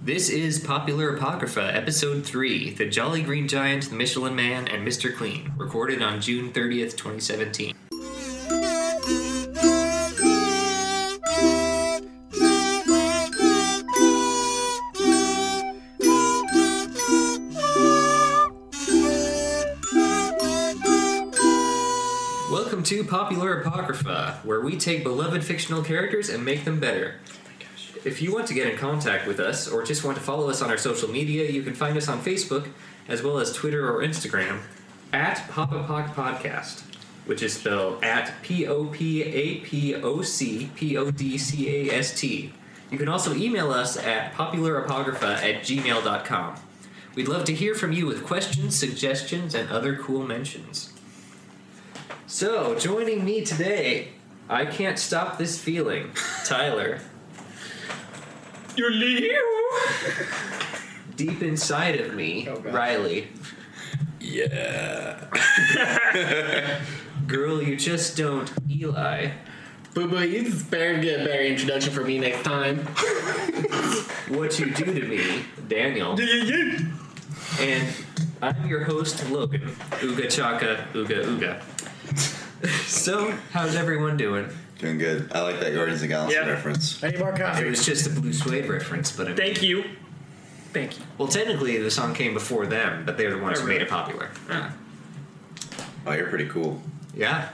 This is Popular Apocrypha, Episode 3 The Jolly Green Giant, The Michelin Man, and Mr. Clean, recorded on June 30th, 2017. Welcome to Popular Apocrypha, where we take beloved fictional characters and make them better. If you want to get in contact with us or just want to follow us on our social media, you can find us on Facebook as well as Twitter or Instagram at Pop a Poc Podcast, which is spelled at P O P A P O C P O D C A S T. You can also email us at popularapographa at gmail.com. We'd love to hear from you with questions, suggestions, and other cool mentions. So, joining me today, I can't stop this feeling, Tyler. You leave? deep inside of me, Oh, God. Riley, Yeah. girl, you just don't, Eli. Boo boo, you just better get a better introduction for me next time. What you do to me, Daniel. That's And I'm your host, Logan. Ooga chaka, ooga ooga. so, how's everyone doing? Doing good. I like that Guardians of the Galaxy Yeah. reference. I need more It coffee. was just a Blue Suede reference, but I mean, Thank you. Thank you. well, technically the song came before them, but they're the ones Oh, who really? made it popular. Oh, you're pretty cool. Yeah.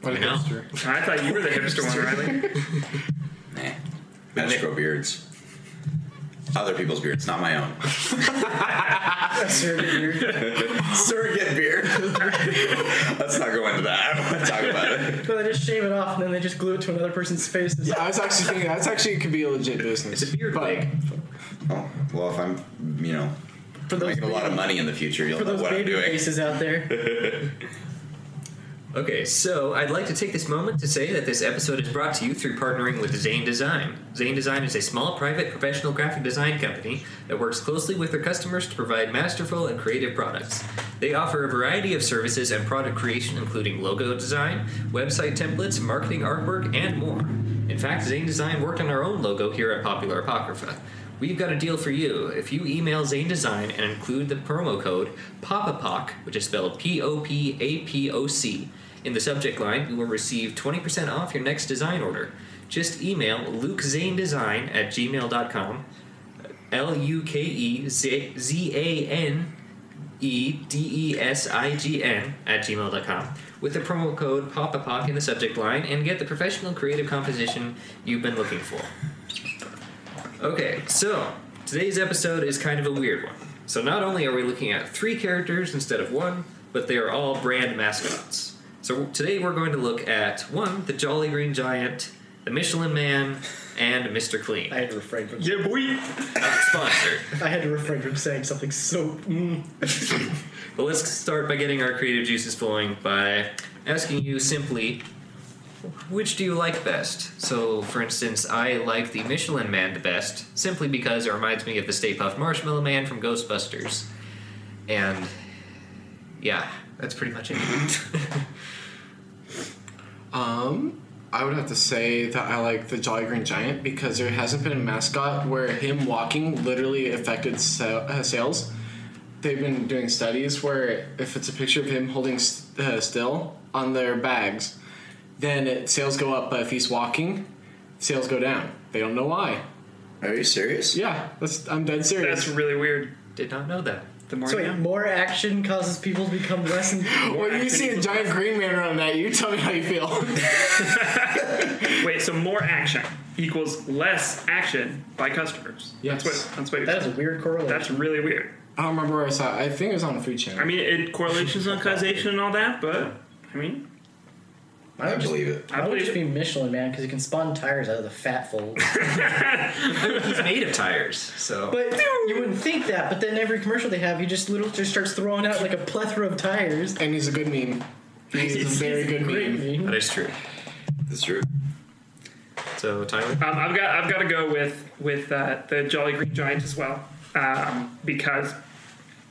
What I know. I thought you were the hipster one, Riley. Nah. I just grow beards. Other people's beards, not my own. Surrogate beard. Let's not go into that. I don't want to talk about it. No, they just shave it off and then they just glue it to another person's face. It's- Yeah, I was actually thinking that's actually could be a legit business. It's a beard But wig. Oh, well, if I'm, you know, For those, making a lot of money in the future, you'll for know those what I'm baby doing. faces out there. Okay, so I'd like to take this moment to say that this episode is brought to you through partnering with Zane Design. Zane Design is a small private professional graphic design company that works closely with their customers to provide masterful and creative products. They offer a variety of services and product creation, including logo design, website templates, marketing artwork, and more. In fact, Zane Design worked on our own logo here at Popular Apocrypha. We've got a deal for you. If you email Zane Design and include the promo code POPAPOC, which is spelled P O P A P O C, in the subject line, you will receive 20% off your next design order. Just email lukezanedesign at gmail.com, L U K E Z Z A N E D E S I G N at gmail.com with the promo code POPAPOC in the subject line and get the professional creative composition you've been looking for. Okay, so today's episode is kind of a weird one. So not only are we looking at three characters instead of one, but they are all brand mascots. So today we're going to look at one, the Jolly Green Giant, the Michelin Man, and Mr. Clean. I had to refrain from. Yeah, boy. Not sponsored. I had to refrain from saying something so. Mm. But let's start by getting our creative juices flowing by asking you simply, which do you like best? So, for instance, I like the Michelin Man the best, simply because it reminds me of the Stay Puft Marshmallow Man from Ghostbusters. And yeah, that's pretty much it. um, I would have to say that I like the Jolly Green Giant because there hasn't been a mascot where him walking literally affected sa- uh, sales. They've been doing studies where if it's a picture of him holding s uh, still on their bags, then it, sales go up. But if he's walking, sales go down. They don't know why. Are you serious? Yeah, that's, I'm dead serious. That's really weird. Did not know that. The more So wait, more action causes people to become less. In- when you see a giant green man around that, you tell me how you feel. Wait, so more action equals less action by customers. Yes. That's what, that's what you're that is a weird correlation. That's really weird. I don't remember where I saw it. I think it was on the Food I Channel. mean, it correlations on causation and all that, but I mean, I believe it. I I would believe just it. be Michelin man because he can spawn tires out of the fat fold. He's made of tires, so. But you wouldn't think that. But then every commercial they have, he just literally just starts throwing out like a plethora of tires. And he's a good meme. He's a very good meme. That is true. That's true. So, Tyler? Um, I've got I've got to go with with uh, the Jolly Green Giant as well um, because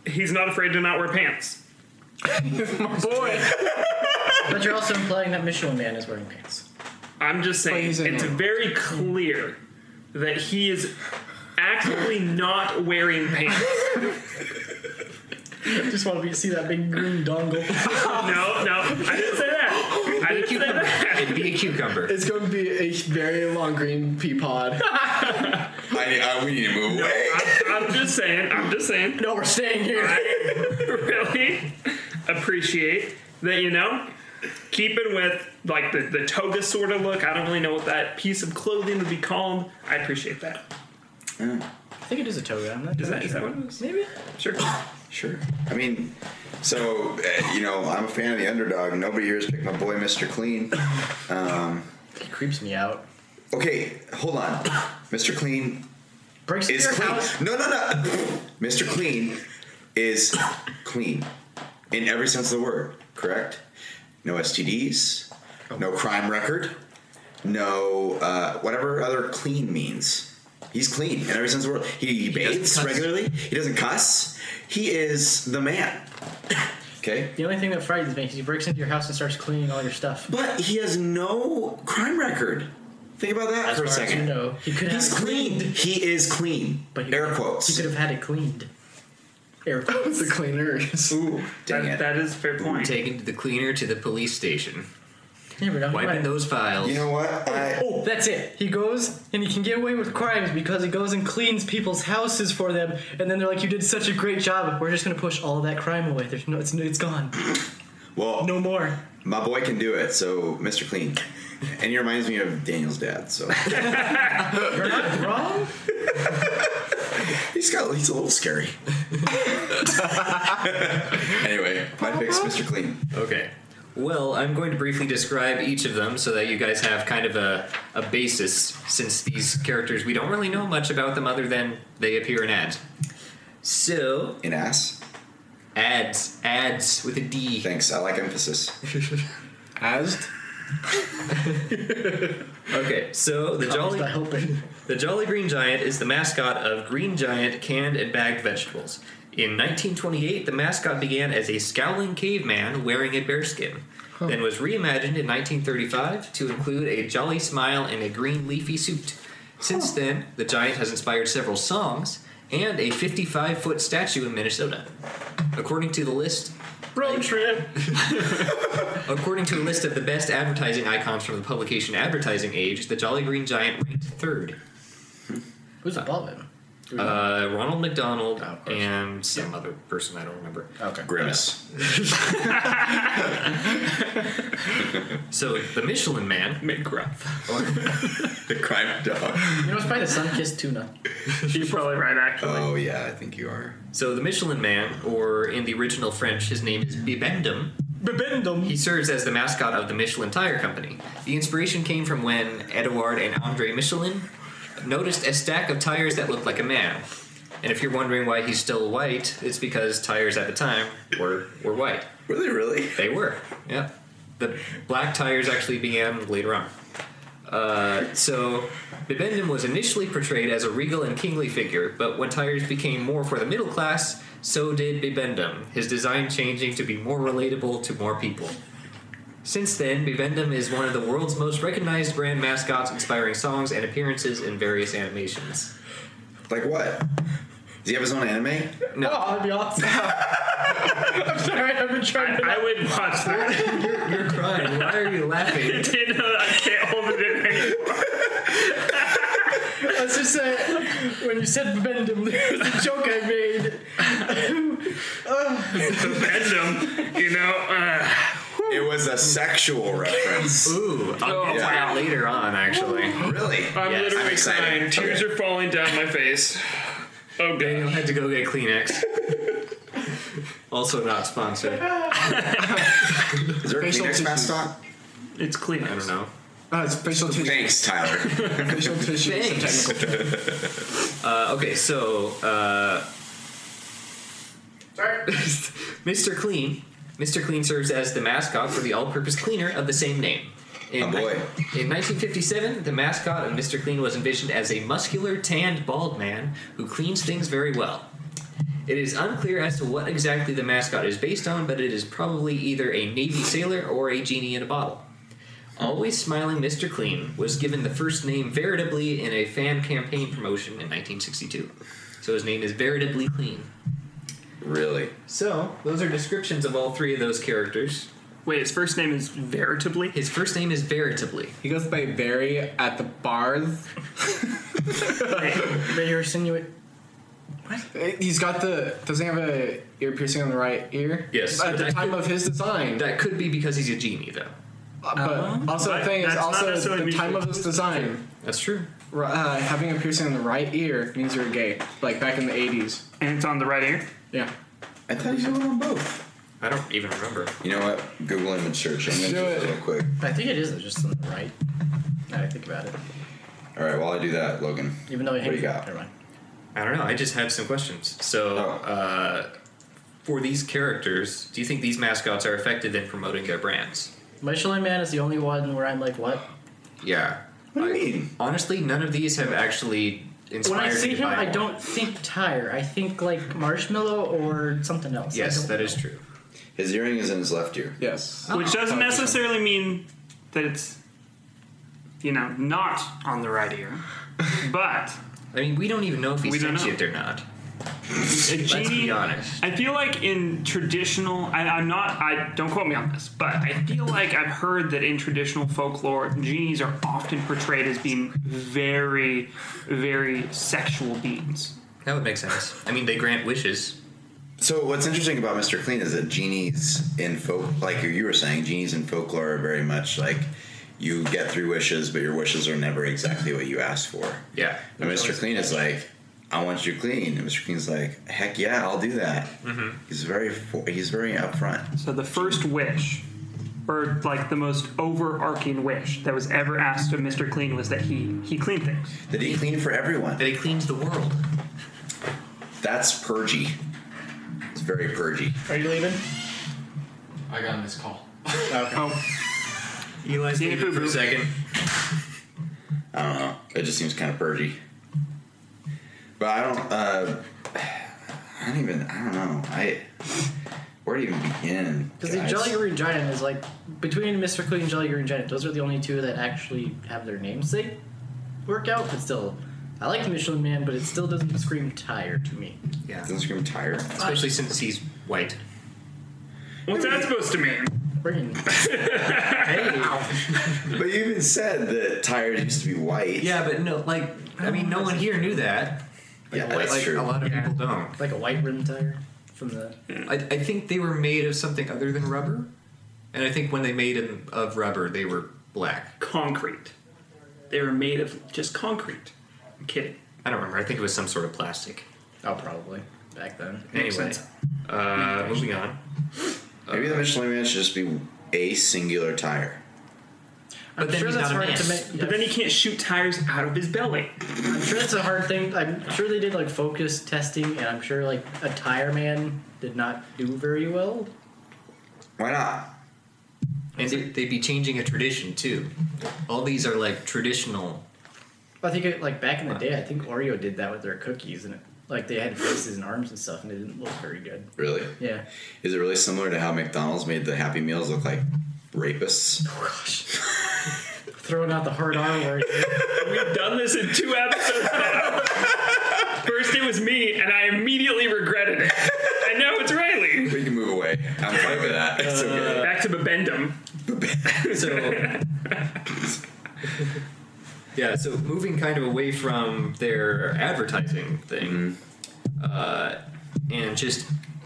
he's not afraid to not wear pants. Boy, But you're also implying that Michelin man is wearing pants. I'm just saying he's a it's man. very clear that he is actively not wearing pants. Just want to see that big green dongle. No, no, I didn't say that. I didn't say Cucumber. that. It'd be a cucumber. It's going to be a very long green pea pod. I need, I, we need to move away. I'm, I'm just saying. I'm just saying. no, we're staying here. I really appreciate that, you know, keeping with like the, the toga sort of look. I don't really know what that piece of clothing would be called. I appreciate that. I think it is a toga. I'm not Is that, is that what it is? Maybe. Sure. Sure. I mean, so uh, you know, I'm a fan of the underdog. Nobody here has picked my boy, Mister Clean. It creeps me out. Okay, hold on, Mister Clean Breaks is into your clean. house. No, no, no. Mister Clean is clean in every sense of the word. Correct. No STDs. No crime record. No uh, whatever other clean means. He's clean in every sense of the word. He, doesn't bathes cuss. regularly. He doesn't cuss. He is the man. Okay. The only thing that frightens me is he breaks into your house and starts cleaning all your stuff. But he has no crime record. Think about that As for far a as second. you know, he could have He's clean. cleaned. He is clean. But he, Air quotes. He could have had it cleaned. Air quotes. the cleaners. Ooh, dang That, it. that is a fair point. Taken to the cleaner to the police station. Never know. Wiping those files. you know what? I, Oh, that's it. He goes and he can get away with crimes because he goes and cleans people's houses for them, and then they're like, "You did such a great job. We're just gonna push all that crime away. There's no, it's it's gone. well, No more." my boy can do it. So, Mr. Clean. And he reminds me of Daniel's dad. So You're not wrong. he's got he's a little scary. anyway, my pick's Mr. Clean. Okay. Well, I'm going to briefly describe each of them so that you guys have kind of a, a basis, since these characters, we don't really know much about them other than they appear in ads. So, In ass. ads, ads with a D. Thanks. I like emphasis. As Okay, so the Jolly, Jolly. Not helping. the Jolly Green Giant is the mascot of Green Giant canned and bagged vegetables. In 1928, the mascot began as a scowling caveman wearing a bearskin, then was reimagined in 1935 to include a jolly smile and a green leafy suit. Since then, the giant has inspired several songs and a 55 foot statue in Minnesota. According to the list, Road trip. According to a list of the best advertising icons from the publication Advertising Age, the Jolly Green Giant ranked third. Who's above him? Uh, Ronald McDonald Oh, of course. and some other person I don't remember. Okay. Grimace. So the Michelin Man, McGruff. The crime dog. You know, it's probably the sun-kissed tuna. You're probably right, actually. Oh yeah, I think you are. so the Michelin Man, or in the original French, his name is Bibendum. Bibendum. He serves as the mascot of the Michelin Tire Company. The inspiration came from when Edouard and Andre Michelin noticed a stack of tires that looked like a man. And if you're wondering why he's still white, it's because tires at the time were were white. Were they really? They were, yeah. The black tires actually began later on. Uh, so, Bibendum was initially portrayed as a regal and kingly figure, but when tires became more for the middle class, so did Bibendum, his design changing to be more relatable to more people. Since then, Bibendum is one of the world's most recognized brand mascots, inspiring songs and appearances in various animations. Like what? Does he have his own anime? No, Oh, that'd be awesome. I'm sorry, I've been trying to. I would watch that. you're crying. Why are you laughing? You know, I can't hold it in anymore. Let's just say, when you said bibendum, there was a joke I made. Bend 'em, you know. Uh, It was a sexual reference. Ooh, I'll Oh, get to that wow. later on, actually. really? I'm Yes. literally I'm excited. crying. Tears Okay. are falling down my face. Oh, I God. had to go get Kleenex. also not sponsored. I Is there a Facial Kleenex tissues. mascot? It's clean. don't know. uh, it's facial tissue. Thanks, Tyler. Facial tissue. is a Thanks. technical term. Uh, okay, so uh, Mr. Clean, Mr. Clean serves as the mascot for the all-purpose cleaner of the same name. In, Oh, boy. ni- in 1957, the mascot of Mr. Clean was envisioned as a muscular, tanned, bald man who cleans things very well. It is unclear as to what exactly the mascot is based on, but it is probably either a Navy sailor or a genie in a bottle. Always smiling Mr. Clean was given the first name Veritably in a fan campaign promotion in 1962. So his name is Veritably Clean. Really? So, those are descriptions of all three of those characters. Wait, his first name is Veritably? His first name is Veritably. He goes by Barry at the bars. That you're insinuating. He's got the doesn't he have a ear piercing on the right ear. Yes. At the That time of his design, That could be because he's a genie, though. Uh, but also the But thing is that's not also necessarily the time mutual. of his design. That's true. ri- Uh, having a piercing on the right ear means you're gay. Like back in the '80s. And it's on the right ear? Yeah. I thought he was on both. I don't even remember. You know what? Google image search. I'm gonna Do do it. it real quick. I think it is just on the right. Now I think about it. All right. While I do that, Logan. Even though I What do you got? Never mind. I don't know. I just have some questions. So, Oh. uh, for these characters, do you think these mascots are effective in promoting their brands? Michelin Man is the only one where I'm like, what? Yeah. What do you mean? Honestly, none of these have actually inspired When I see me to him, buy I one. don't think tire. I think like marshmallow or something else. Yes, that is true. His earring is in his left ear. Yes. Oh. Which doesn't Television. necessarily mean that it's, you know, not on the right ear. But I mean, we don't even know if he's We don't know. sentient or not. a Let's genie. be honest. I feel like in traditional, I, I'm not, I don't quote me on this, but I feel like I've heard that in traditional folklore, genies are often portrayed as being very, very sexual beings. That would make sense. I mean, they grant wishes. So what's interesting about Mr. Clean is that genies in folk, like you were saying, genies in folklore are very much like you get three wishes, but your wishes are never exactly what you asked for. Yeah. And Mr. Clean is like, I want you clean. And Mr. Clean's like, heck yeah, I'll do that. Mm-hmm. He's very for- he's very upfront. So the first wish, or like the most overarching wish that was ever asked of Mr. Clean was that he he clean things. That he clean for everyone. That he cleans the world. That's purgy. It's very purgy. Are you leaving? I got this call. Oh, Eli's Yeah, leaving boo, for a boo. second. I don't know. It just seems kind of purgy. But I don't. Uh, I don't even. I don't know. I. Where do you even begin? Because the guys? Jolly Green Giant is like between Mr. Clean and Jolly Green Giant, those are the only two that actually have their names they work out. But still, I like Michelin Man, but it still doesn't scream tire to me. Yeah. Doesn't scream tired. Especially since he's white. what's that supposed to mean? Friggin' But you even said that tired used to be white. Yeah, but no, like, I mean, no one here knew that. Yeah, Like, that's like, true. a lot of Yeah. people don't. like a white rim tire from the. I, I think they were made of something other than rubber, and I think when they made them of rubber, they were black. Concrete. They were made of just concrete. I'm kidding. I don't remember. I think it was some sort of plastic. Oh, probably back then. Makes Anyway, sense. Hmm. uh, moving on. Maybe the Michelin Man should just be a singular tire. But I'm then sure he's that's not a hard man. to make. But then he can't shoot tires out of his belly. I'm sure it's a hard thing. I'm sure they did like focus testing, and I'm sure like a tire man did not do very well. Why not? And they, they'd be changing a tradition too. All these are like traditional. I think it, like back in the day, I think Oreo did that with their cookies, and it, like they had faces and arms and stuff, and it didn't look very good. Really? Yeah. Is it really similar to how McDonald's made the Happy Meals look like rapists? Throwing out the hard R word. We've done this in two episodes now. First it was me, and I immediately regretted it. And now it's Riley. We can move away. I'm fine with that. Uh, It's okay. Back to Babendum. So. yeah. So moving kind of away from their advertising thing, Mm-hmm. uh, and just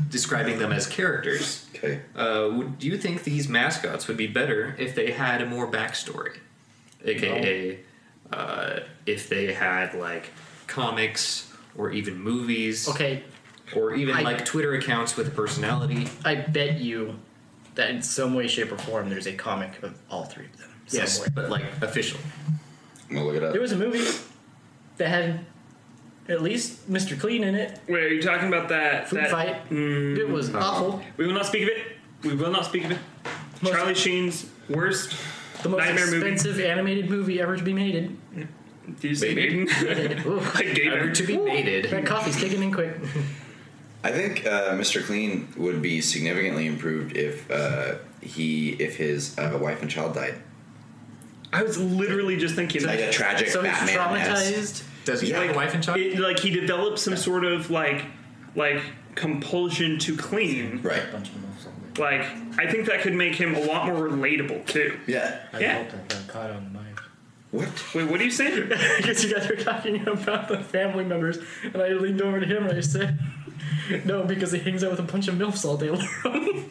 describing them as characters. Okay. Uh, would do you think these mascots would be better if they had a more backstory? AKA, uh, if they had like comics or even movies, okay, or even I- like Twitter accounts with a personality. I bet you that in some way, shape, or form, there's a comic of all three of them. Somewhere. but like official. I'm gonna look it up. There was a movie that had at least Mr. Clean in it. Wait, are you talking about that? Food that Mm, fight. it was awful. We will not speak of it. We will not speak of it. Most- Charlie Sheen's worst. The most Nightmare movie. expensive animated movie ever to be made. Do you say Baby. Maiden? Ooh, like gay Ever to be mated. that coffee's kicking in quick. I think uh, Mr. Clean would be significantly improved if uh, he if his uh, wife and child died. I was literally just thinking like a that. tragic So he's Batman. mess. traumatized. Does he Yeah. have a wife and child? It, like he developed some sort of like like compulsion to clean. Right. Bunch of muscle. Like I think that could make him a lot more relatable too. Yeah. I Yeah. hope I got caught on the mic. What? Wait, what do you say? Because you guys were talking about the family members, and I leaned over to him and I said, "No, because he hangs out with a bunch of milfs all day long."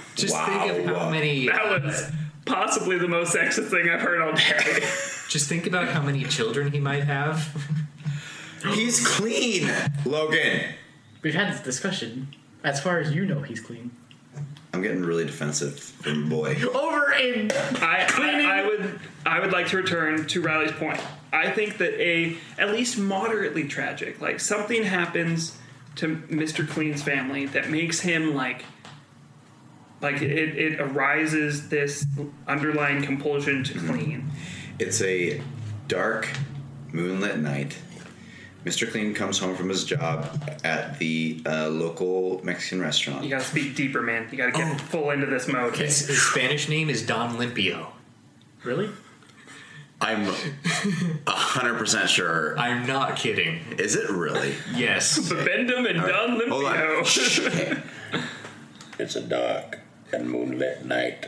Just Wow. think of how many. That was possibly the most sexist thing I've heard all day. uh, Just think about how many children he might have. He's clean, Logan. We've had this discussion. As far as you know, he's clean. I'm getting really defensive from boy. Over in I, I, I would I would like to return to Riley's point. I think that a at least moderately tragic, like something happens to Mr. Clean's family that makes him like like it, it arises this underlying compulsion to clean. It's a dark, moonlit night. Mr. Clean comes home from his job at the uh, local Mexican restaurant. You gotta speak deeper, man. You gotta get full into this mode. His, his Spanish name is Don Limpio. really? I'm 100% sure. I'm not kidding. Is it really? Yes. Bendham and Don Hold on. Shh. Limpio. Okay. It's a dark and moonlit night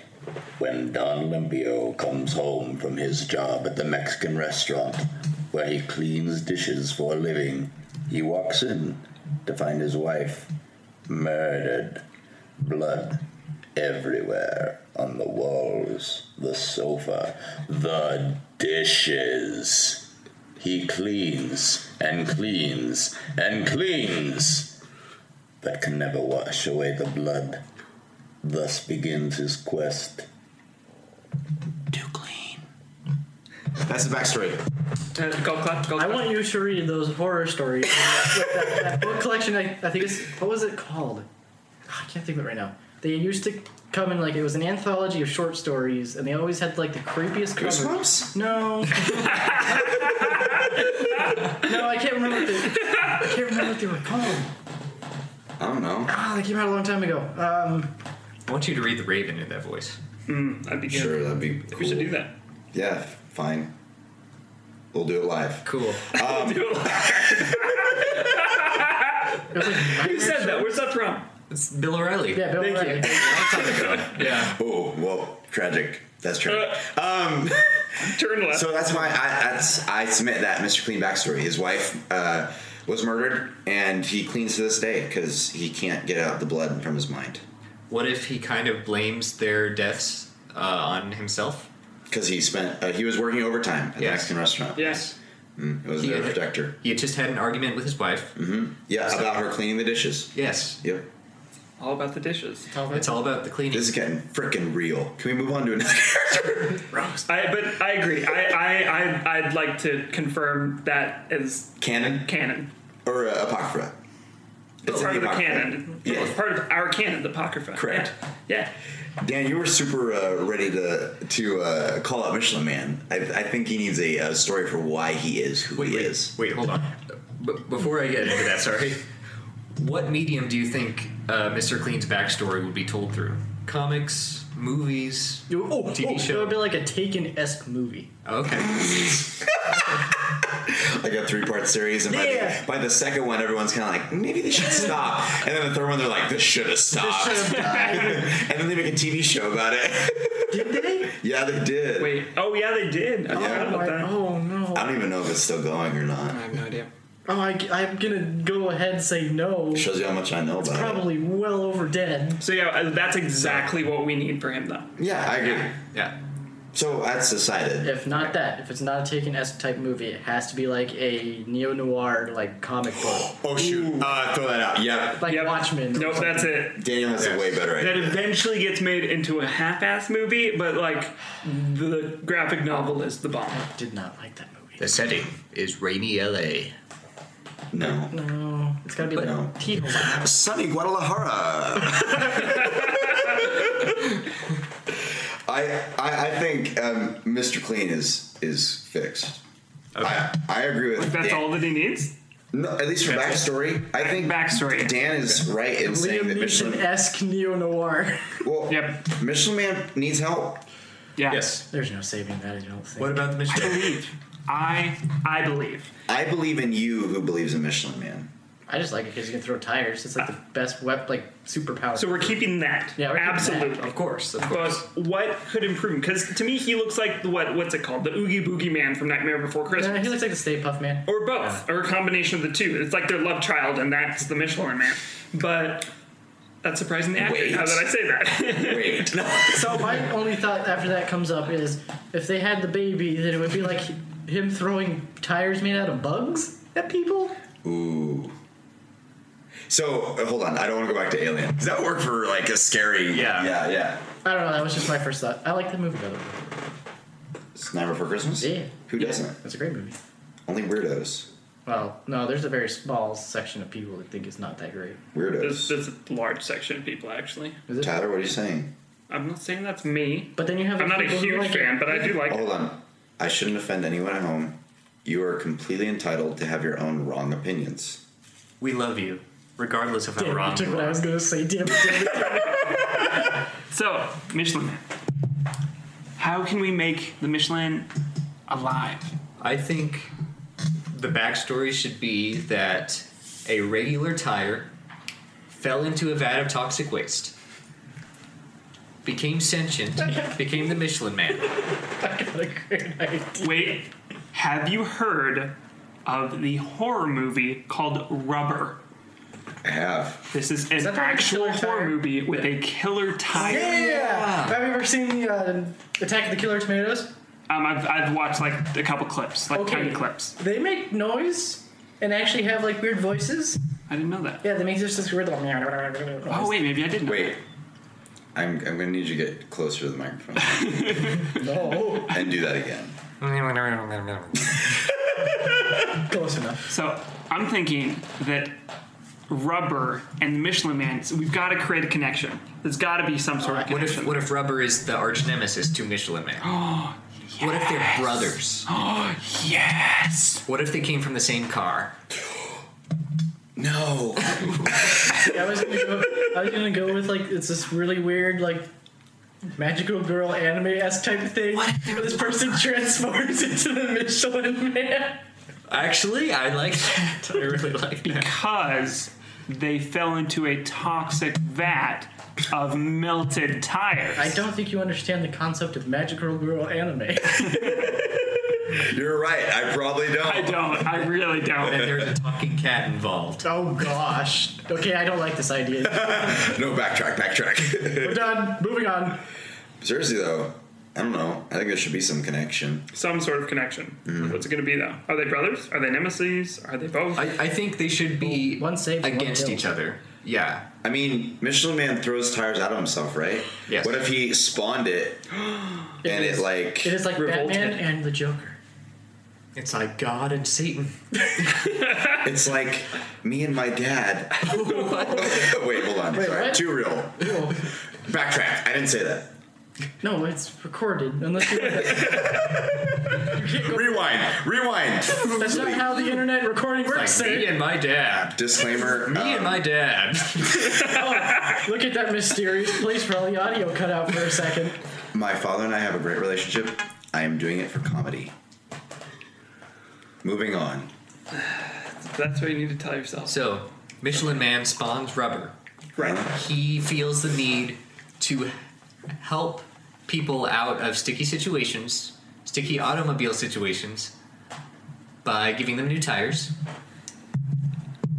when Don Limpio comes home from his job at the Mexican restaurant where he cleans dishes for a living. He walks in to find his wife murdered, blood everywhere on the walls, the sofa, the dishes. He cleans and cleans and cleans that can never wash away the blood. Thus begins his quest. Too clean. That's the backstory. Uh, go clap, go I clap. want you to read those horror stories. in that, that- that book collection, I, I think it's what was it called? Ah, I can't think of it right now. They used to come in like it was an anthology of short stories, and they always had like the creepiest covers. Goosebumps? No. no, I can't remember. What they, I can't remember what they were called. I don't know. Ah, they came out a long time ago. Um, I want you to read the Raven in that voice. I'd be good. Sure, that'd be cool. We should do that. Yeah, fine. We'll do it live. Cool. Do it. it was like Who said that? Where's that from? It's Bill O'Reilly. yeah, Bill O'Reilly. Yeah. Oh, well, tragic. That's tragic. Turn left. Um, So that's why I that's, I submit that Mr. Clean backstory. His wife uh, was murdered, and he cleans to this day because he can't get out the blood from his mind What if he kind of blames their deaths uh, on himself? because he spent uh, he was working overtime at the Yeah. Mexican restaurant. yes. Mm, it was He their had- protector. He had just had an argument with his wife. Yeah, about her cleaning the dishes. Yes. Yep. All about the dishes. It's all about the cleaning. This is getting freaking real. Can we move on to another character? I, but I agree. I, I, I, I'd like to confirm that as Canon canon. or uh, apocrypha? It's part in of the Apocrypha. canon. Yeah. It's part of our canon, the Apocrypha. Correct. Yeah. Dan, you were super uh, ready to to uh, call out Michelin Man. I, I think he needs a, uh story for why he is who wait, he wait, is. wait, hold on. B- before I get into that, sorry. What medium do you think uh, Mr. Clean's backstory would be told through? Comics, movies, Oh, oh, TV It show. would be like a Taken esque movie. okay. Like a three part series, and by, Yeah. the, by the second one, everyone's kind of like, maybe they should stop. And then the third one, they're like, this should have stopped. and then they make a TV show about it. Did they? yeah, they did. Wait. Oh, yeah, they did. I Yeah. forgot Oh, about I- that. oh no. I don't even know if it's still going or not. have no idea. Oh, I, am gonna go ahead and say no. Shows you how much I know about Probably well over dead. So, yeah, uh, that's exactly what we need for him, though. it. Yeah, I agree. Yeah. So that's decided. If not that, if it's not a Taken esque type movie, it has to be like a neo noir like comic book, Oh, shoot. Uh, throw that out. Yep. like Yep. Watchmen. or Nope, something. that's it. Daniel has a way better That idea. eventually gets made into a half ass movie, but, like, the graphic novel is the bomb. Did not like that movie. The setting is rainy LA. No. No, it's gotta be like No. Tea Hole. Sunny Guadalajara. I, I I think um, Mr. Clean is is fixed. I, I agree with That's Dan. all that he needs? No, at least for That's backstory, I think Backstory. Dan is right in saying Liam that Michelin. Neeson esque neo noir. Well, Yep. Michelin Man needs help. Yeah. Yes. There's no saving that, I don't think. What about the I Michelin? believe. I I believe. I believe in you who believes in Michelin Man. I just like it because you can throw tires. It's like the best wep like superpower. So we're keeping that. Yeah, we're keeping absolutely. of course, of But course. what could improve? Because to me, he looks like the, what? What's it called? The Oogie Boogie Man from Nightmare Before Nah, Christmas, he looks like the Stay Puff Man. or both, or a combination of the two. It's like their love child, and that's the Michelin Man. But that's surprisingly accurate. Wait. How did I say that? Wait, no. So my only thought after that comes up is if they had the baby, then it would be like him throwing tires made out of bugs at people. Ooh. So uh, hold on, I don't want to go back to Alien. Does that work for like a scary? Yeah. yeah, yeah. I don't know. That was just my first thought. I like the movie by the way. It's Nightmare Before Christmas. Yeah. Who Yeah, doesn't? It's a great movie. Only weirdos. Well, no, there's a very small section of people that think it's not that great. Weirdos. there's, there's a large section of people actually. Is it? Tyler, what are you saying? I'm not saying that's me. But then you have. I'm not a people who huge like it. fan, but I do like. Oh, it. hold on. I shouldn't offend anyone at home. You are completely entitled to have your own wrong opinions. We love you, regardless of how Damn, wrong you took you what I are. was gonna say. Damn it. damn it. So Michelin Man. How can we make the Michelin alive? I think the backstory should be that a regular tire fell into a vat of toxic waste, became sentient, became the Michelin Man. What a great idea. Wait, have you heard of the horror movie called Rubber? I have. This is an that the actual killer horror tire? movie with a killer tire. Yeah. Have you ever seen the uh, Attack of the Killer Tomatoes? Um, I've, I've watched like a couple clips, like tiny clips. They make noise and actually have like weird voices. I didn't know that. Yeah, they make just this weird little. noise. Oh wait, maybe I did know. Wait. I'm, I'm gonna need you to get closer to the microphone No, and do that again. Oh, close enough. So I'm thinking that Rubber and the Michelin Man. So we've got to create a connection. There's got to be some sort of What connection. if what if rubber is the arch nemesis to Michelin Man? What if they're brothers? yes. What if they came from the same car? No. Yeah, I was gonna go. I was gonna go with like it's this really weird like magical girl anime esque type of thing where this person transforms into the Michelin Man. Actually, I like that. I really like that. Because they fell into a toxic vat of melted tires. I don't think you understand the concept of magical girl anime. You're right. I probably don't. I don't. I really And don't. there's a talking cat involved. oh gosh. Okay, I don't like this idea. No, backtrack, backtrack. We're done. Moving on. Seriously though, I don't know. I think there should be some connection. Some sort of connection. What's it going to be though? Are they brothers? Are they nemesis? Are they both? I, I think they should be One saved, one against killed. each other. Yeah. I mean, Michelin Man throws tires out of himself, right? Yes. What if he spawned it and it, is- like It is like Revolted. Batman and the Joker. It's like God and Satan. it's like me and my dad. Wait, hold Wait, on. Sorry. what? Too real. Cool. Backtrack. I didn't say that. No, it's recorded. Unless you Rewind. Rewind. that's not how the internet recording works. Like, me sir. and my dad. Disclaimer. um, Me and my dad. Look at that mysterious place where all the audio cut out for a second. My father and I have a great relationship. I am doing it for comedy. Moving on. That's what you need to tell yourself. So, Michelin Man spawns rubber. Right. He feels the need to help people out of sticky situations, sticky automobile situations, by giving them new tires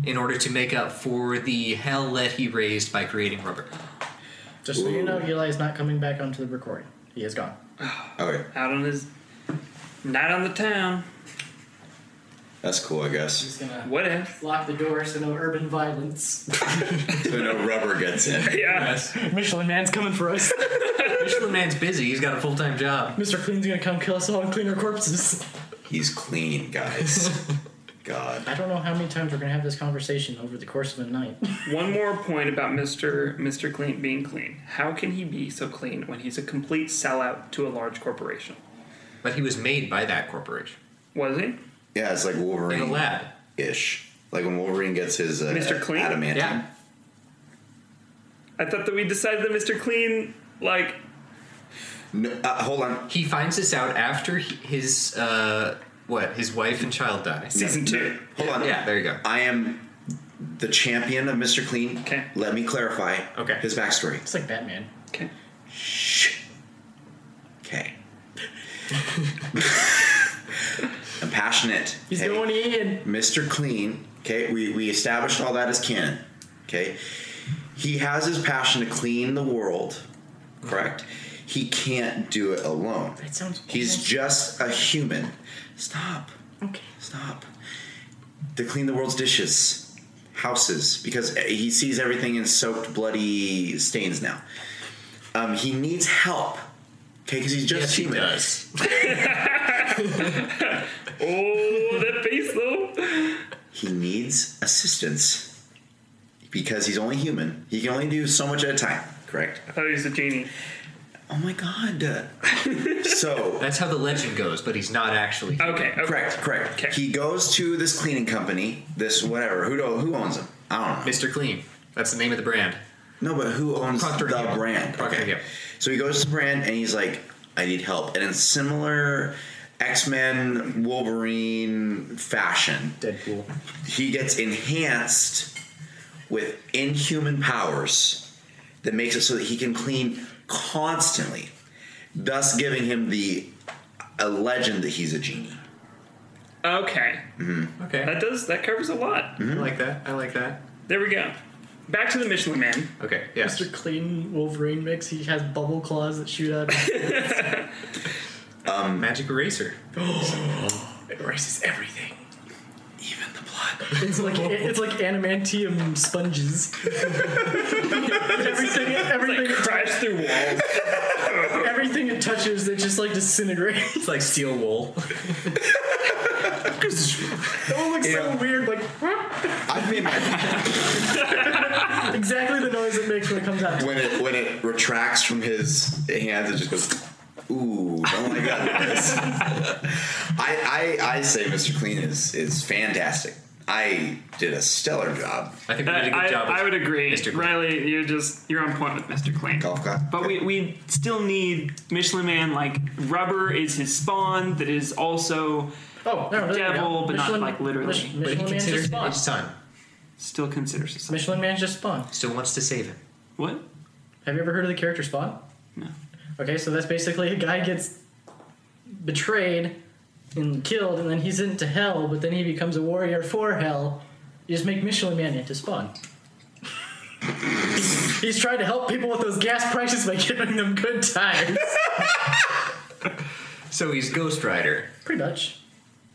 in order to make up for the hell that he raised by creating rubber. Just so you know, Eli is not coming back onto the recording. He is gone. Okay, Out on his night on the town. that's cool, I guess. He's gonna What if? lock the door so no urban violence. So no rubber gets in. Yeah. Yes. Michelin Man's coming for us. Michelin Man's busy. He's got a full time job. Mr. Clean's gonna come kill us all and clean our corpses. He's clean, guys. God. I don't know how many times we're gonna have this conversation over the course of a night. One more point about Mr. Mr. Clean being clean. How can he be so clean when he's a complete sellout to a large corporation? But he was made by that corporation Was he? Yeah, it's like in a Wolverine lab. ish. Like when Wolverine gets his uh, Mr. Clean? adamantium. Yeah. I thought that we decided that Mr. Clean, like, No, uh, hold on. He finds this out after he- his uh, what? His wife and child die. Season two. Hold on. Yeah, there you go. I am the champion of Mr. Clean. Okay. Let me clarify Okay. his backstory. It's like Batman. Okay. Okay. I'm passionate. He's okay? going in. Mr. Clean, okay, we, we established all that as canon, okay? He has his passion to clean the world, correct? He can't do it alone. That sounds. He's just a human. Stop, okay. stop. To clean the world's dishes, houses, because he sees everything in soaked, bloody stains now. Um, he needs help, okay, because he's just Yes, he human. does. Oh, that face though. he needs assistance because he's only human. He can only do so much at a time. Correct. I thought he was a genie. Oh my god. so That's how the legend goes, but he's not actually. Okay. okay. correct, correct. Okay. He goes to this cleaning company, this whatever. Who do, who owns him? I don't know. Mr. Clean. That's the name of the brand. No, but who owns Procter the Gamble. brand? Procter okay. Gamble. So he goes to the brand and he's like, I need help. And in similar X Men Wolverine fashion, Deadpool. he gets enhanced with inhuman powers that makes it so that he can clean constantly, thus giving him the a legend that he's a genie. Okay. Okay. That does. That covers a lot. I like that. I like that. There we go. Back to the Michelin Man. Okay. Yes. Mr. Clean Wolverine mix. He has bubble claws that shoot out. Magic eraser. it erases everything. Even the blood. It's like it's like adamantium sponges. everything, Like everything, crash through walls. everything it touches, they just like disintegrate. It's like steel wool. It all looks so Yeah. weird, like I've made my exactly the noise it makes when it comes out. when it when it retracts from his hands, it just goes. Ooh, don't like that. I, I I say Mr. Clean is is fantastic. I did a stellar job. I think we did a I, good job. I with- would agree, Mr. Clean. Riley. You're just you're on point with Mr. Clean. Golf cop. But we, we still need Michelin Man. Like rubber is his spawn that is also Oh, no, there Devil, you go. but not, Michelin, like, literally. Mich- But But he Michelin Man's considers just it spawn. his son. still considers himself. Michelin Man's just spawn. Still wants to save him. What? Have you ever heard of the character Spawn? No. Okay, so that's basically a guy gets betrayed and killed, and then he's into hell, but then he becomes a warrior for hell. You just make Michelin Man into Spawn. he's trying to help people with those gas prices by giving them good times. So he's Ghost Rider. Pretty much.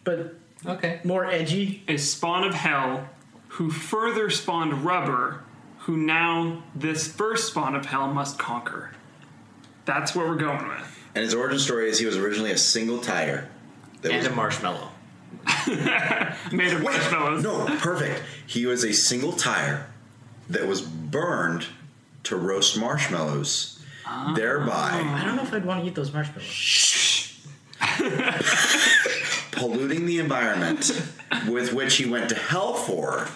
But Okay. more edgy. A spawn of hell, who further spawned rubber, who now this first spawn of hell must conquer. That's what we're going with. And his origin story is he was originally a single tire. That And was a marshmallow. Made of Wait, marshmallows. no, perfect. He was a single tire that was burned to roast marshmallows, Ah. thereby I don't know if I'd want to eat those marshmallows. polluting the environment, with which he went to hell for.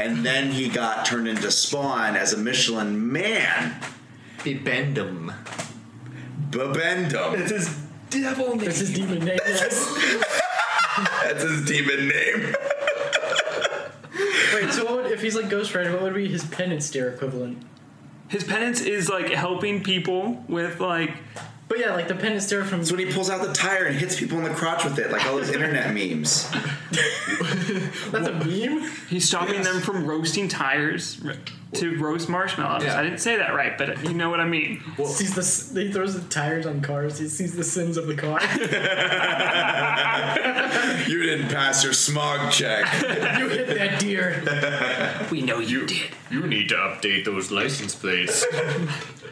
And then he got turned into Spawn as a Michelin man. Bibendum. Babendum. his devil name. This is demon name. yes. That's his demon name. Wait, so what would, if he's like Ghost Rider, what would be his penance dear equivalent? His penance is like helping people with like But yeah, like the penance dear from It's when he pulls out the tire and hits people in the crotch with it, like all those internet memes. that's a meme. he's stopping Yes. them from roasting tires r- to roast marshmallows. Yeah. I didn't say that right, but you know what I mean. Sees the s- he throws the tires on cars. He sees the sins of the car. You didn't pass your smog check. you hit that deer. We know you did. You need to update those license plates.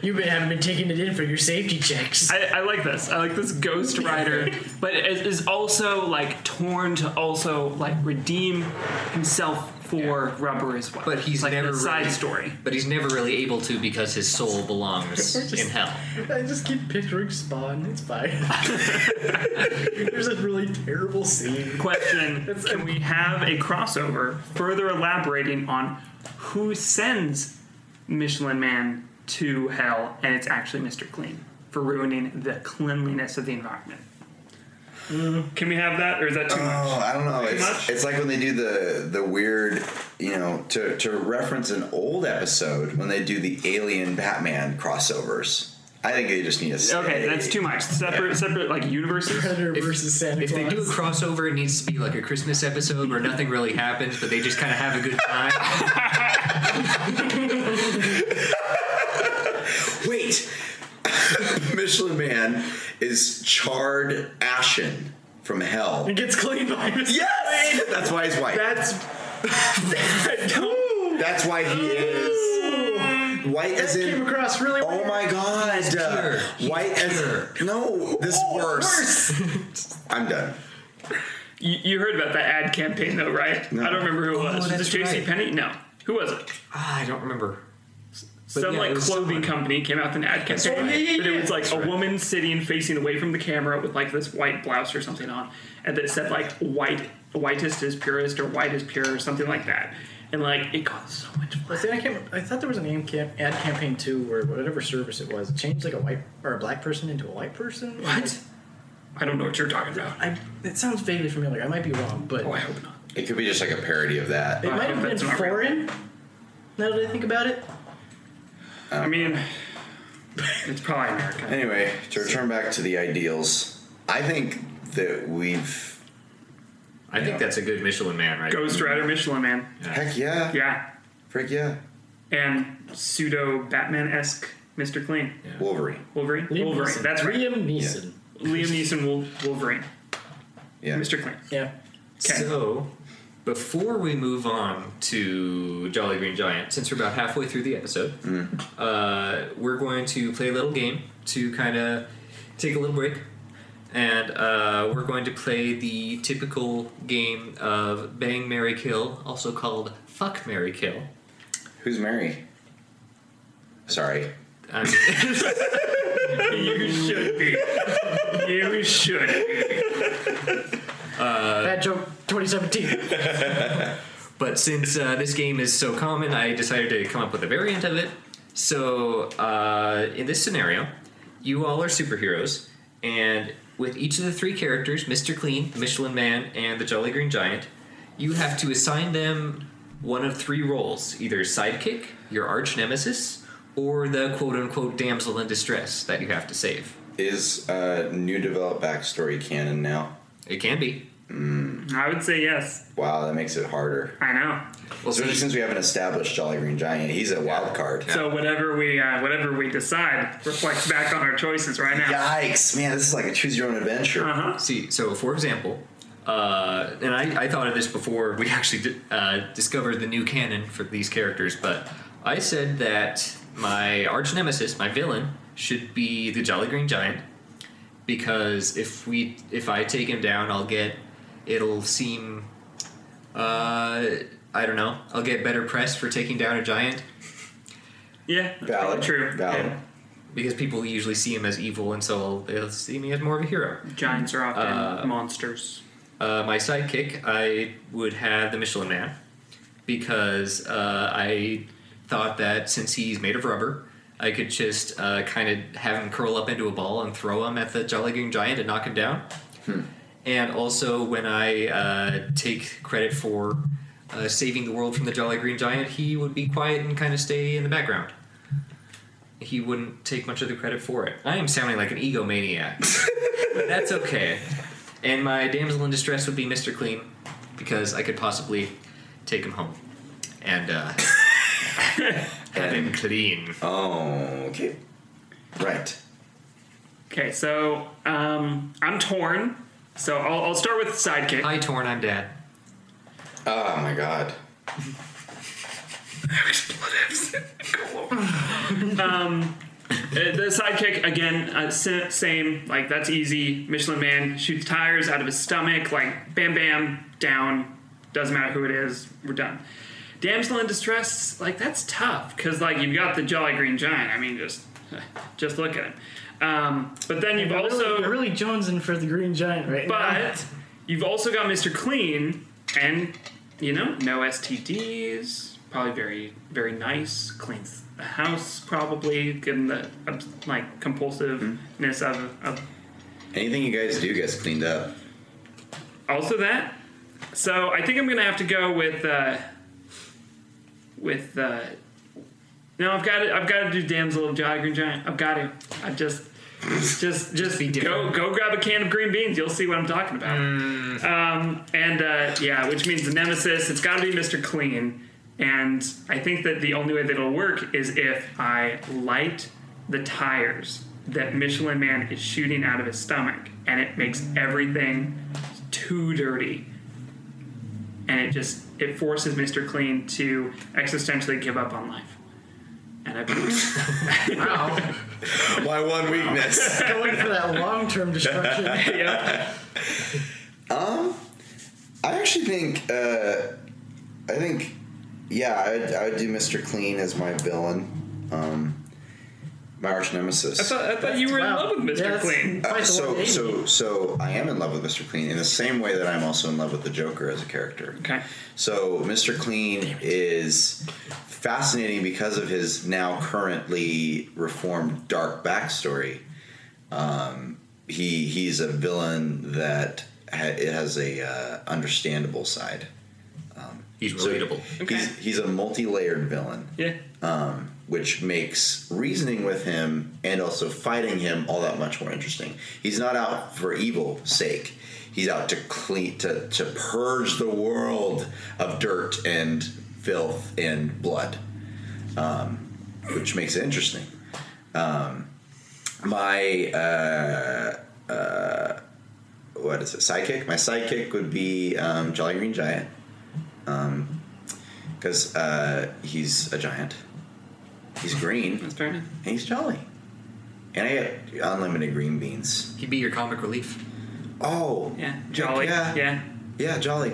You been, haven't been taking it in for your safety checks. I, I like this. I like this Ghost Rider, but it is also like torn to also like redeem himself for Rubber as well. But he's like never the side really- story. but he's never really able to because his soul belongs We're just- in hell. I just keep picturing Spawn. It's fine. There's a really terrible scene. Question: Can we have a crossover further elaborating on who sends Michelin Man to hell, and it's actually Mister Clean? for ruining the cleanliness of the environment. Mm, Can we have that, or is that too much? Oh, I don't know. It's, much? it's like when they do the the weird, you know, to to reference an old episode when they do the Alien Batman crossovers. I think they just need to. Stay. Okay, that's too much. Separate, separate, like universes. Predator versus Santa If Claus. they do a crossover, it needs to be like a Christmas episode where nothing really happens, but they just kind of have a good time. Wait, Michelin Man is charred, ashen from hell. it gets cleaned by Mr. Yes, that's why he's white. That's That's why he is white as That came in. across really Oh weird. my god! pure. He's White pure. as no. This is worse. I'm done. you, you heard about that ad campaign though, right? No. I don't remember who it Oh, was. that's was it JC right. Penny? No. Who was it? ah, I don't remember. But Some yeah, it like was clothing company came out with an ad campaign. right. Yeah, But it was like a woman sitting facing away from the camera with like this white blouse or something on, and that said like white whitest is purest or white is pure or something like that. And like it got so much Well, see, I, can't, I thought there was an ad, camp, ad campaign too, where whatever service it was, it changed like a white or a black person into a white person. What? I don't know what you're talking about. I, it sounds vaguely familiar. I might be wrong, but Oh, I hope not. It could be just like a parody of that. it I might hope have been that's not real. foreign. Now that I think about it, I mean, it's probably American. Anyway, to return back to the ideals, I think that we've I think that's a good Michelin man, right? Ghost Rider Michelin Man. heck yeah, Yeah. frick yeah, And pseudo Batman esque Mr. Clean. Wolverine, Wolverine? Liam Wolverine. Neeson. That's right. Liam, Liam Neeson. Neeson Wol- Wolverine. yeah, Mr. Clean. Yeah. Okay. So, before we move on to Jolly Green Giant, since we're about halfway through the episode, uh, we're going to play a little game to kind of take a little break. And uh, we're going to play the typical game of Bang, Mary, Kill, also called Fuck, Mary, Kill. Who's Mary? Sorry, I mean, you should be. You should be. Bad joke 2017. but since uh, this game is so common, I decided to come up with a variant of it. So, uh, in this scenario, you all are superheroes, and with each of the three characters Mr. Clean, the Michelin Man, and the Jolly Green Giant you have to assign them one of three roles either sidekick, your arch nemesis, or the quote unquote damsel in distress that you have to save. is uh, new developed backstory canon now? It can be. I would say yes. Wow, that makes it harder. I know. Well, Especially since we haven't established Jolly Green Giant, he's a wild card. So whatever we uh, whatever we decide reflects back on our choices right now. Yikes, man, this is like a choose your own adventure. Uh-huh. See, so for example, uh, and I, I thought of this before we actually di- uh, discovered the new canon for these characters, but I said that my arch nemesis, my villain, should be the Jolly Green Giant because if we if I take him down, I'll get it'll seem uh, I don't know I'll get better press for taking down a giant Yeah, that's Valid. probably true. Valid. because people usually see him as evil, and so they'll see me as more of a hero. Yeah. Giants are often Uh, monsters. Uh, my sidekick, I would have the Michelin Man because uh, I thought that since he's made of rubber, I could just uh, kind of have him curl up into a ball and throw him at the Jolly Green Giant and knock him down. And also, when I uh, take credit for uh, saving the world from the Jolly Green Giant, he would be quiet and kind of stay in the background. He wouldn't take much of the credit for it. I am sounding like an egomaniac, but that's okay. And my damsel in distress would be Mr. Clean, because I could possibly take him home and uh, have him clean. Oh, okay, right. Okay, so um, I'm torn. So I'll, I'll start with sidekick. Hi, Torn, I'm Dad. Oh my god. expletives. Go over. um, uh, the sidekick again, uh, sa- same. Like that's easy. Michelin Man shoots tires out of his stomach. Like bam, bam, down. Doesn't matter who it is. We're done. Damsel in distress. Like that's tough because like you've got the Jolly Green Giant. I mean, just just look at him. Um, but then you've We're really- also we're really jonesing for the Green Giant right now. but you've also got Mr. Clean and, you know, no STDs, probably very very nice, cleans the house probably, given the obs- like compulsiveness of, of Anything you guys do gets cleaned up. also that. So I think I'm gonna have to go with uh, with uh, no. I've got to I've got to do damsel of Jolly Giant. I've got to. I just just just be go different. Mm. go grab a can of green beans. You'll see what I'm talking about. Um, and uh, yeah, which means the nemesis. It's got to be Mr. Clean. And I think that the only way that it'll work is if I light the tires that Michelin Man is shooting out of his stomach, and it makes everything too dirty and it just it forces Mr. Clean to existentially give up on life. And I Wow. My one weakness. Going for that long term destruction. yep. I actually think, uh, I think, yeah, I would, I would do Mr. Clean as my villain, um, my arch nemesis. I thought, I thought you were in Wow. love with Mr. Yeah, that's Clean. quite Uh, the so, 180. so, so I am in love with Mr. Clean in the same way that I'm also in love with the Joker as a character. Okay. So, Mr. Clean is fascinating because of his now currently reformed dark backstory. Um, he he's a villain that ha- it has a uh, understandable side. He's So relatable. Okay. He's, he's a multi-layered villain, Yeah. which makes reasoning with him and also fighting him all that much more interesting. He's not out for evil sake. He's out to clean to, to purge the world of dirt and filth and blood, um, which makes it interesting. Um, my uh, uh, what is it? Sidekick. My sidekick would be um, Jolly Green Giant, because uh, he's a giant. He's green. That's fair enough. And he's jolly. And I get unlimited green beans. He'd be your comic relief. Oh, Yeah. Jolly. yeah, Yeah. yeah, jolly.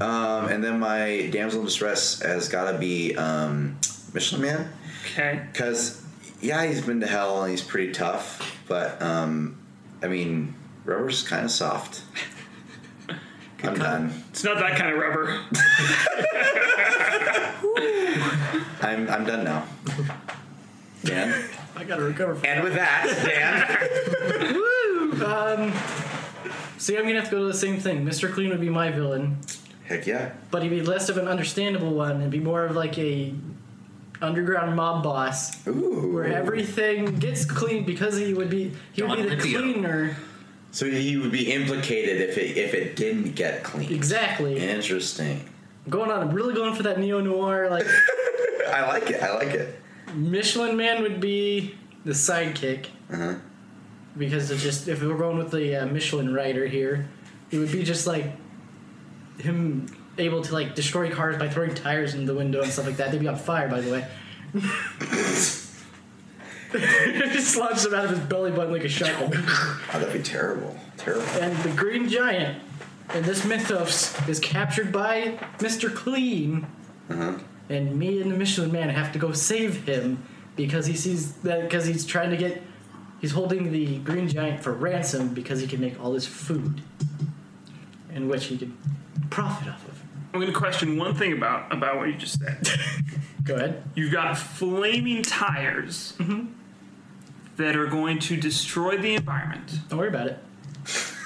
Um, and then my damsel in distress has got to be um, Michelin Man, Okay. because yeah, he's been to hell and he's pretty tough, but um, I mean, rubber's kind of soft. I'm done. It's not that kind of rubber. I'm I'm done now. Dan. I gotta recover from And with that, Dan. Woo! Um, see, I'm gonna have to go to the same thing. Mr. Clean would be my villain, Heck yeah. but he'd be less of an understandable one and be more of like a underground mob boss Ooh. where everything gets cleaned because he would be he would Don be the Limpio. cleaner. So he would be implicated if it if it didn't get clean. Exactly. Interesting. Going on, I'm really going for that neo noir. Like I like it. I like it. Michelin Man would be the sidekick Uh-huh. because it's just if we're going with the uh, Michelin writer here, it would be just like him able to like destroy cars by throwing tires in the window and stuff like that. They'd be on fire, by the way. just launch them out of his belly button like a shotgun. Oh, that'd be terrible. Terrible. and the Green Giant in this mythos is captured by Mr. Clean. And me and the Michelin Man have to go save him because he sees that because he's trying to get he's holding the Green Giant for ransom because he can make all this food, in which he can profit off of. I'm gonna question one thing about about what you just said. Go ahead. You've got flaming tires that are going to destroy the environment. Don't worry about it.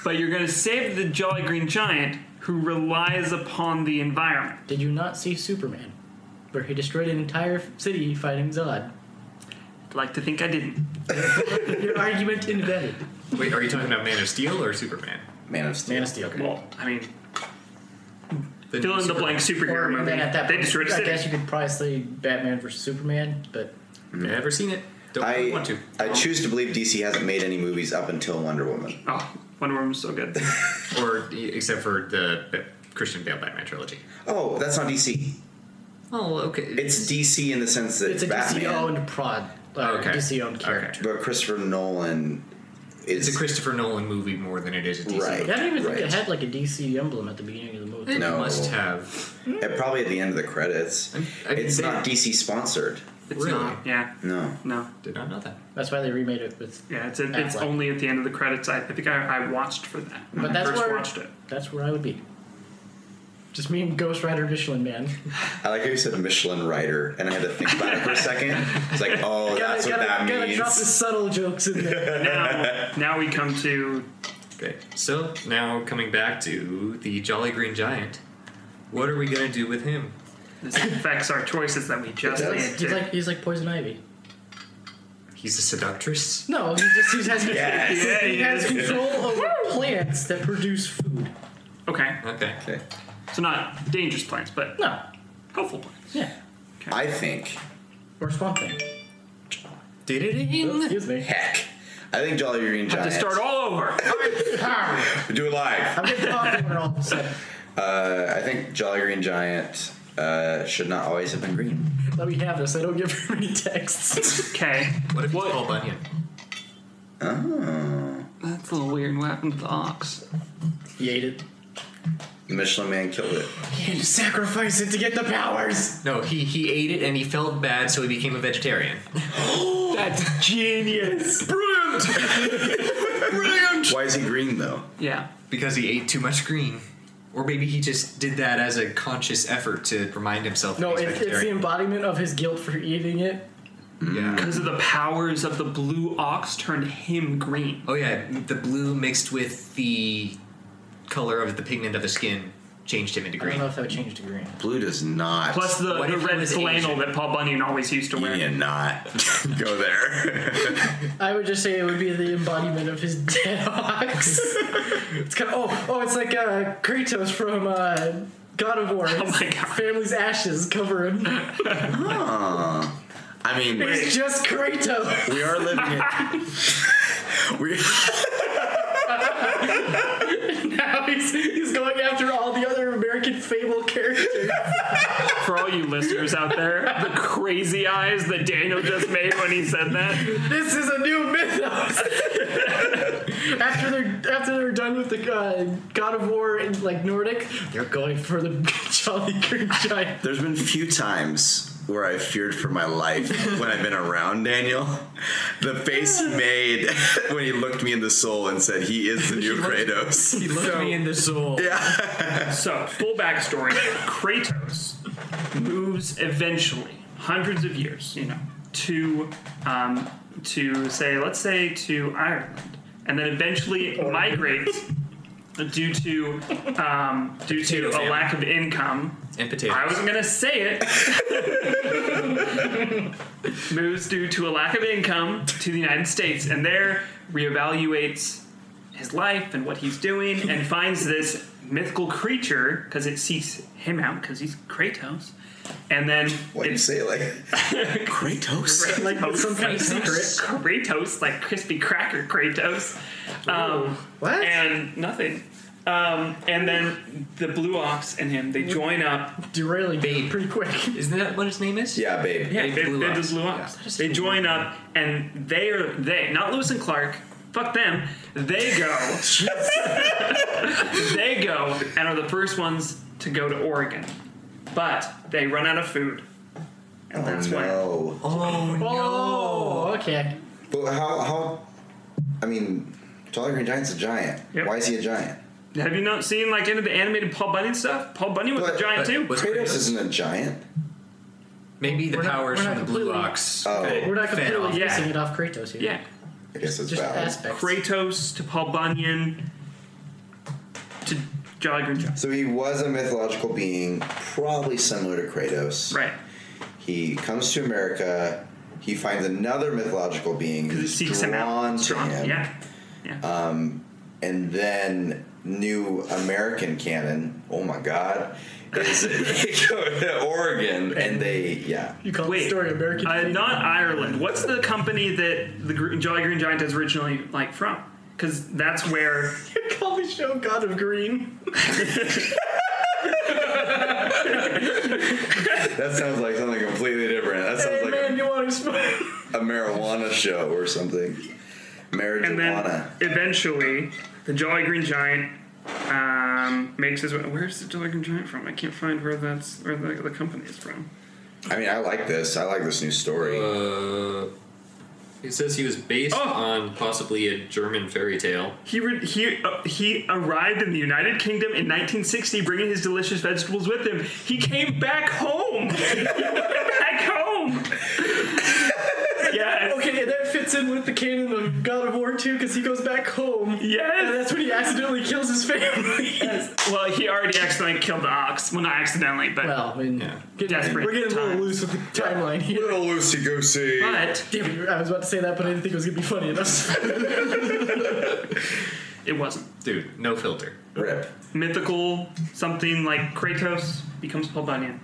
But you're gonna save the Jolly Green Giant who relies upon the environment. Did you not see Superman, where he destroyed an entire city fighting Zod? I'd like to think I didn't. Your argument invalid. Wait, are you talking about Man of Steel or Superman? Man of Steel. Man of Steel. Well, I mean, fill in the blank superhero Or movie. then at that they point, destroyed a I city. guess you could probably say Batman versus Superman, but Never seen it. Don't I want to. I choose to believe DC hasn't made any movies up until Wonder Woman. Oh, Wonder Woman's so good. Or except for the the Christian Bale Batman trilogy. Oh, that's not DC. Oh, okay. It's DC in the sense that it's a oh, Batman, DC owned prod, uh, Oh, Okay. DC owned character. but Christopher Nolan is it's a Christopher Nolan movie more than it is a DC. Right. movie. I don't even think Right. it had like a DC emblem at the beginning of the movie. It No. must have. uh, probably at the end of the credits. I'm- I- it's they- not DC sponsored. It's Really? not. Yeah. No. No. Did not know that. That's why they remade it with. Yeah, it's a, it's Affleck. only at the end of the credits. I, I think I, I watched for that. When But I that's first where watched it. that's where I would be. Just me and Ghost Rider Michelin Man. I like how you said Michelin writer, and I had to think about it for a second. It's like, oh, that's gotta, gotta, what that gotta means. drop the subtle jokes in there. Now, now we come to Okay, so now coming back to the Jolly Green Giant, what are we gonna do with him? this affects our choices that we just It does. made. he's like he's like poison ivy. He's a seductress. No, he just he has Yes. Yeah, he he has is. control over plants that produce food. okay, Okay. Okay. so not dangerous plants, but No, helpful plants. yeah, I think, or swamp thing. Did it in? Excuse me. heck, I think Jolly Green Have Giant. to start all over. do it live. I'm getting popular all of a sudden. Uh, I think Jolly Green Giant uh, should not always have been green. Let me have this. I don't give very many texts. Okay, What if it's Paul Bunyan? Oh. that's a little weird. What happened to the ox? he ate it. The Michelin Man killed it. He had to sacrifice it to get the powers. No, he he ate it and he felt bad, so he became a vegetarian. That's genius. Why is he green though? Yeah. Because he ate too much green. Or maybe he just did that as a conscious effort to remind himself No, that he's it's, it's the vegetarian. embodiment of his guilt for eating it. yeah. Because of the powers of the blue ox turned him green. Oh yeah, the blue mixed with the color of the pigment of the skin changed him into I don't know green. if that would change to green. Blue does not. Plus the, What the if he red was flannel Asian? that Paul Bunyan always used to you wear. did not go there. I would just say it would be the embodiment of his dead ox. it's kind of oh oh, it's like uh, Kratos from uh, God of War. Oh my God. Family's ashes cover him. Aw. I mean, we- It's just Kratos. we are living it. we Now he's, he's going after all the other American fable characters. For all you listeners out there, the crazy eyes that Daniel just made when he said that. this is a new mythos. after they're after they're done with the uh, God of War and like Nordic, they're going for the Jolly Green Giant. There's been few times where I feared for my life when I've been around Daniel. The face he made when he looked me in the soul and said, "He is the new Kratos." He looked me in the soul. So, full backstory Kratos moves eventually, hundreds of years, you know, to, um, to say, let's say to Ireland, and then eventually migrates due to, um, due to Potato a famine. lack of income. And potatoes. I wasn't gonna say it. Moves due to a lack of income to the United States, and there reevaluates his life and what he's doing, and finds this mythical creature because it seeks him out because he's Kratos, and then Why do you it's say it like Kratos? Kratos, Like some kind of secret. Kratos, like crispy cracker Kratos. Um, What? and nothing. Um, and then the blue ox and him, they join up Derailing Babe. pretty quick. Isn't that what his name is? Yeah, babe. Yeah, Big they, Blue they Ox. just blew Yeah. up. They join up, and they are they not Lewis and Clark. Fuck them. They go. they go and are the first ones to go to Oregon, but they run out of food, and that's why. No. Oh no. Oh, okay. But how? How? I mean, Jolly Green Giant's a giant. Yep. Why is he a giant? Have you not seen like any of the animated Paul Bunyan stuff? Paul Bunyan was But- a giant but- too. Was Kratos, Kratos- isn't a giant. Maybe the We're not- powers we're not from the blue completely- ox. Oh. fed- We're not fed off. completely Yeah. missing it off Kratos here. yeah, I guess it's Just valid. aspects. Kratos to Paul Bunyan to Jolly Green Giant. So he was a mythological being, probably similar to Kratos. Right. He comes to America. He finds another mythological being Because it who's seeks him drawn out. to Strong. him, Yeah. Yeah. and then new American canon. Oh my God! Is they go to Oregon and they yeah. You call Wait, the story American uh, fable. not Ireland. What's the company that the Gr- Jolly Green Giant is originally like from? Because that's where You call the show God of Green. That sounds like something completely different. That sounds Hey like man, you want to smoke? a marijuana show or something. and then Marijuana. eventually the Jolly Green Giant um, makes his way. Where's the Jolly Green Giant from? I can't find where that's where the, the company is from. I mean, I like this. I like this new story. Uh, It says he was based Oh. on possibly a German fairy tale. He re- he uh, he arrived in the United Kingdom in 1960, bringing his delicious vegetables with him. He came back home. he went back home. yes. Okay, and that fits in with the canon of God of War 2 because he goes back home. And Yes. that's when he accidentally kills his family. Well, he already accidentally killed the ox. Well, not accidentally, but Well, I mean, get desperate. we're getting a little times. loose with the timeline here. Little loosey goosey. But Damn it, I was about to say that, but I didn't think it was going to be funny enough. it wasn't. Dude, no filter. Rip. mythical something like Kratos becomes Paul Bunyan.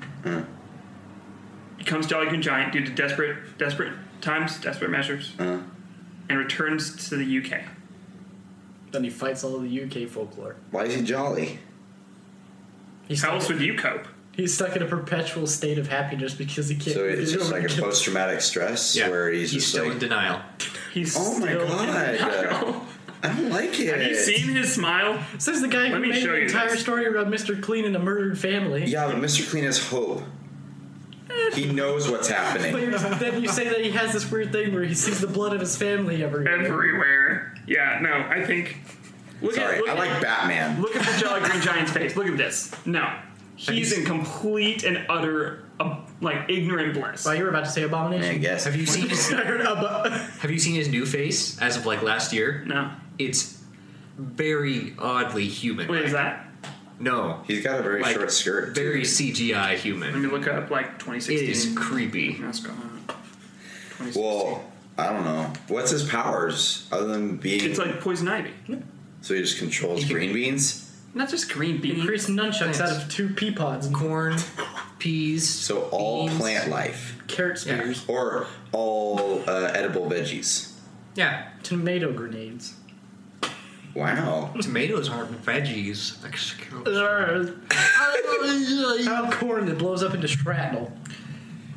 Becomes Jolly Green Giant due to desperate, desperate times, desperate measures, and returns to the UK. then he fights all of the UK folklore. Why is he jolly? He's How stuck, else would you cope? he's stuck in a perpetual state of happiness because he can't. So it's he just don't like a kill- post traumatic stress Yeah, where he's, just still like, in denial. He's oh my still in god, denial. I don't like it. Have you seen his smile? Says the guy Let who me made show the you entire this. story about Mr. Clean and a murdered family. Yeah, but Mr. Clean has hope. He knows what's But happening. you're- then you say that he has this weird thing where he sees the blood of his family every year. Everywhere. Yeah, no, I think. Look at, Sorry, look I at- like Batman. Look at the Jolly Green Giant's face. Look at this. No. He's in complete and utter, uh, like, ignorant bliss. Well, you were about to say abomination. I guess. Have you seen his, I heard abo- Have you seen his new face as of like last year? no. It's very oddly human. What is that? No, He's got a very like, short skirt. too. Very CGI Let human. me look up like It 2016. is creepy. That's gone. 2016. Well, I don't know. What's his powers other than being? it's like poison ivy. so he just controls green beans. Not just green beans. Increase nunchucks out of two pea pods and Corn, peas. So all beans. plant life carrot Yeah. spears, or all uh, edible veggies. Yeah, tomato grenades. Wow. tomatoes aren't veggies. I just can't- How corn that blows up into shrapnel.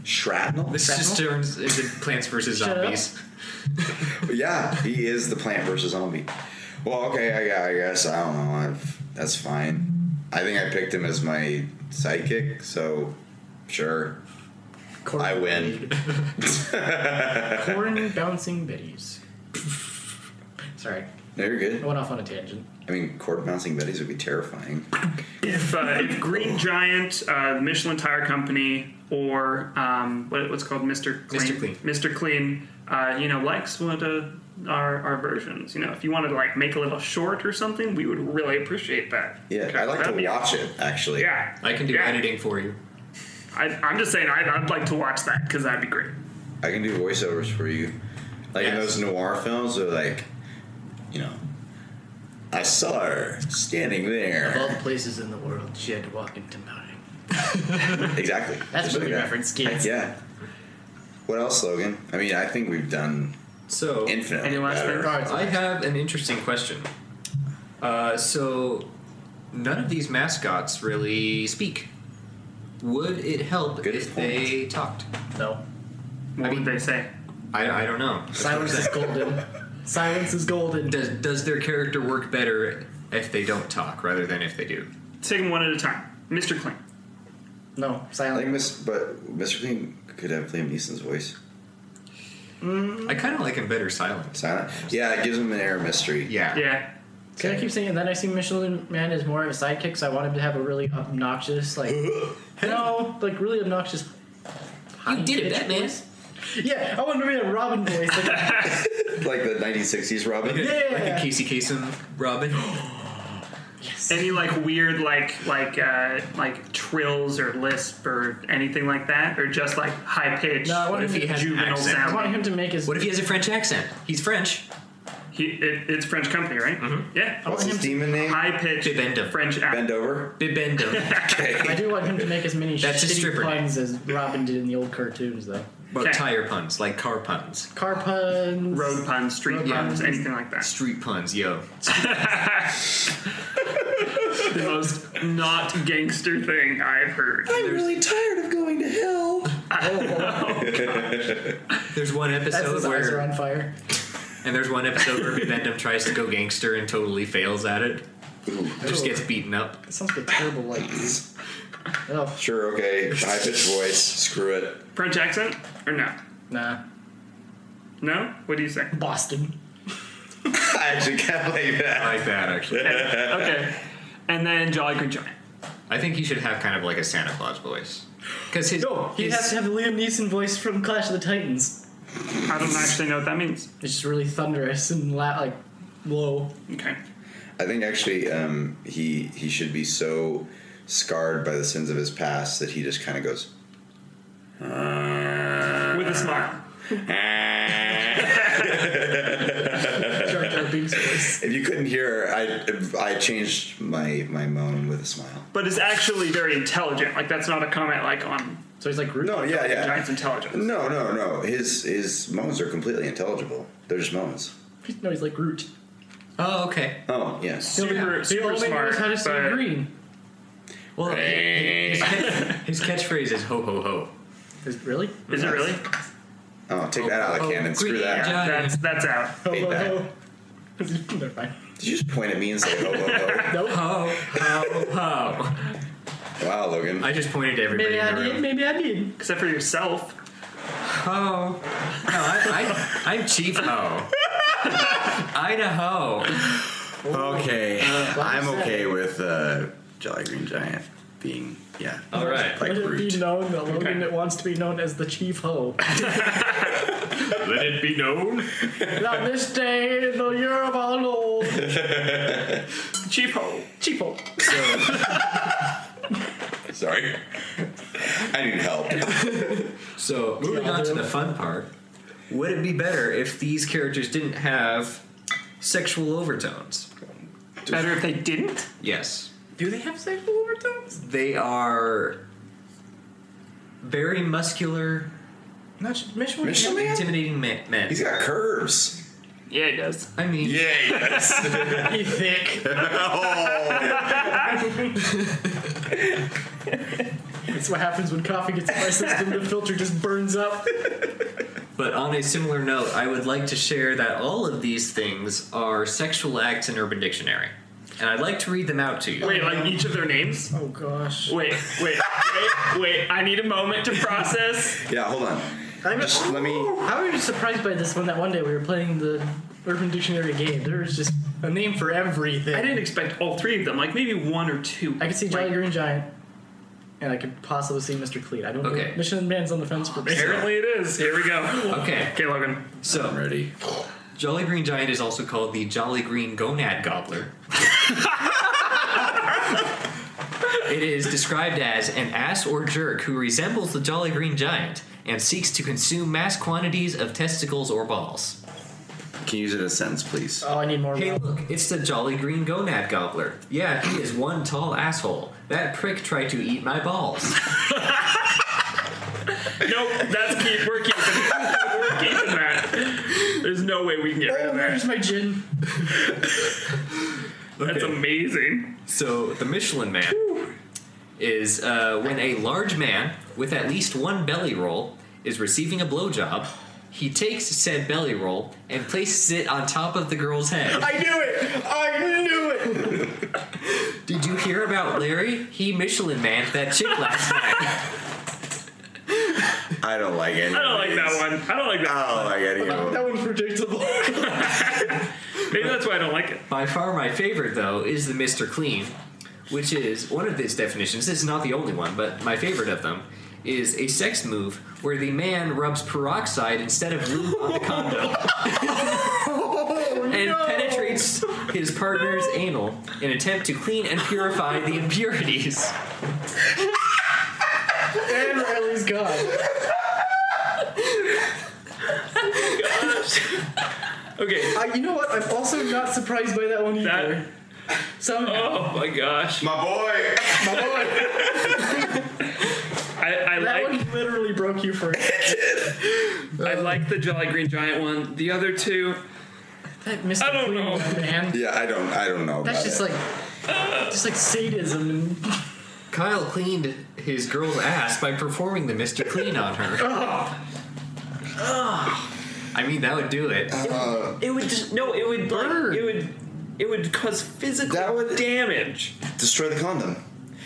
Shrapnel. This just turns into Plants vs Shut up. Zombies. Yeah, he is the plant versus zombie. Well, okay, I, I guess I don't know. I've, that's fine. I think I picked him as my sidekick, so sure. Corn I win. grenade. corn bouncing bitties. Sorry, No, you're I good. went off on a tangent. I mean, cord bouncing betties would be terrifying. If, uh, if Green Giant, uh, the Michelin Tire Company, or um, what, what's called Mr. Clean, Mr. Clean. Mr. Clean, uh, you know, likes one of our, our versions. You know, if you wanted to like make a little short or something, we would really appreciate that. Yeah, Okay, I like that'd to be watch awesome. it actually. Yeah, I can do yeah. editing for you. I, I'm just saying, I'd, I'd like to watch that because that'd be great. I can do voiceovers for you. Like in Yes. those noir films, they're like, you know, I saw her standing Of all there. the places in the world, she had to walk into mine. Exactly. That's Just movie that. reference, kids. Yeah. What else, Logan? I mean, I think we've done So infinite. Any last better. thing? I have an interesting question. Uh, so, none of these mascots really speak. Would it help Good if point. they talked? No, What mean- would they say? I, I don't know. silence is golden. Silence is golden. Does does their character work better if they don't talk rather than if they do? Take them one at a time. Mr. Clean. No, I think silence. Miss, but Mr. Clean could have Liam Neeson's voice. I kind of like him better silent. Silent. Yeah, it gives him an air of mystery. Yeah. Yeah. Can I keep saying? And then I see Michelin Man as more of a sidekick, so I want him to have a really obnoxious, like, no, like really obnoxious. You did it, high-pitched Batman. voice. Yeah, I want him to be a Robin voice. Like, Like the 1960s Robin. Like a, like a Yeah. Casey Kasem Robin. Any like weird like like uh like trills or lisp or anything like that, or just like high pitched No, I want What if him he to- has an juvenile accent? I want sound. him to make his. What if he has a French accent? He's French. He, it, it's French company, right? Mm-hmm. Yeah. What's his demon name? High pitched Bibendum. French accent. Bend over. Bibendum. I do want him to make as many That's a shitty stripper. puns as Robin did in the old cartoons, though. Well, Okay. tire puns, like car puns, Car puns. Road puns, street Road puns, puns. anything like that. street puns, yo. The most not gangster thing I've heard. really tired of going to hell. There's one Oh, That's episode his eyes are where, on fire. and there's one episode where Bibendum tries to go gangster and totally fails at it. Just gets beaten up. That sounds like a terrible like. oh Sure, okay. High pitched voice. Screw it. French accent or no? nah. No? What do you say? Boston. I actually can't believe I that. like that actually. okay. And then Jolly Green Giant. I think he should have kind of like a Santa Claus voice, because his No, he his- has to have the Liam Neeson voice from Clash of the Titans. I don't actually know what that means. It's just really thunderous and la- like low. Okay. I think actually um, he he should be so scarred by the sins of his past that he just kind of goes. "Uh." With a smile. Jar Jar Binks voice. If you couldn't hear, I I changed my my moan with a smile. But it's actually very intelligent. Like, that's not a comment, like, on So he's like rude. No, yeah, yeah. Giant's intelligence. No, no, no. His his moans are completely intelligible. They're just moans. No, he's like Groot. oh okay. Oh yes. Super- super he only smart, knows how to say but- green. Well, Oh, his, catch- his catchphrase is ho ho ho. Is, really? Is it really? Oh, take that out of the cannon. Screw that. Yeah, that's, that's out. Hate that. Hello. Oh, Never mind. Did you just point at me and say "Oh, ho ho Nope. Ho ho ho! ho? Wow, Logan. I just pointed to everybody Maybe in I the room. did. Maybe I did. Except for yourself. Ho! No, I, I, I'm Chief Ho. Idaho. Okay, Uh, I'm upset. okay with uh, Jolly Green Giant being yeah. All right. Like Let it Groot. be known that Logan Okay. wants to be known as the Chief Ho. Let it be known. On this day in the year of our Lord, Cheapo. Chief Ho. Sorry. I need help. So moving on to the fun part. Would it be better if these characters didn't have sexual overtones? Better if they didn't? Yes. Do they have sexual overtones? They are very muscular, Not Mishima. Mishima? Man? intimidating ma- men. He's got curves. Yeah, it does. I mean, Be thick. That's what happens when coffee gets in my system. The filter just burns up. But on a similar note, I would like to share that all of these things are sexual acts in Urban Dictionary. And I'd like to read them out to you. Wait, like each of their names? Oh gosh. Wait, wait, wait, wait. I need a moment to process. Yeah, hold on. I'm Just let me. How are you surprised by this one? That one day we were playing the Urban Dictionary game. There was just a name for everything. I didn't expect all three of them. Like, maybe one or two. I could see Jolly Like, Green Giant, and I could possibly see Mr. Cleet. I don't Okay. know. Michelin Man's on the fence for me. Apparently it is. Here we go. Okay, Okay, Logan. I'm so ready. Jolly Green Giant is also called the Jolly Green Gonad Gobbler. it is described as an ass or jerk who resembles the Jolly Green Giant and seeks to consume mass quantities of testicles or balls. Can you use it in a sentence, please? Oh, I need more. Hey, room. look, it's the Jolly Green Gonad Gobbler. Yeah, he is one tall asshole. That prick tried to eat my balls. Nope, that's keep. We're keeping it. We're keeping that. There's no way we can get rid Oh, of that. where's my gin? That's amazing. So the Michelin Man is uh, when a large man with at least one belly roll is receiving a blowjob. He takes said belly roll and places it on top of the girl's head. I knew it. I knew it. Did you hear about Larry? He Michelin man that chick last night. I don't like any. I don't like that one. I don't like that. I don't like any of them. That one's predictable. Maybe that's why I don't like it. By far my favorite though is the Mr. Clean, which is one of his definitions. This is not the only one, but my favorite of them is a sex move where the man rubs peroxide instead of lube on the condom. Oh, and penetrates his partner's anal in attempt to clean and purify the impurities. and Riley's gone. Okay. Uh, you know what? I'm also not surprised by that one either. That. Some Oh my gosh. My boy. my boy, I, I like. that one literally broke you for it. I like the Jolly Green Giant one. The other two. That Mr. I don't Clean know. one, man. Yeah, I don't. I don't know. That's about just it. like just like sadism and Kyle cleaned his girl's ass by performing the Mr. Clean on her. I mean, that would do it. It would just no. It would Burn. like it would. It would cause physical That would- damage. destroy the condom.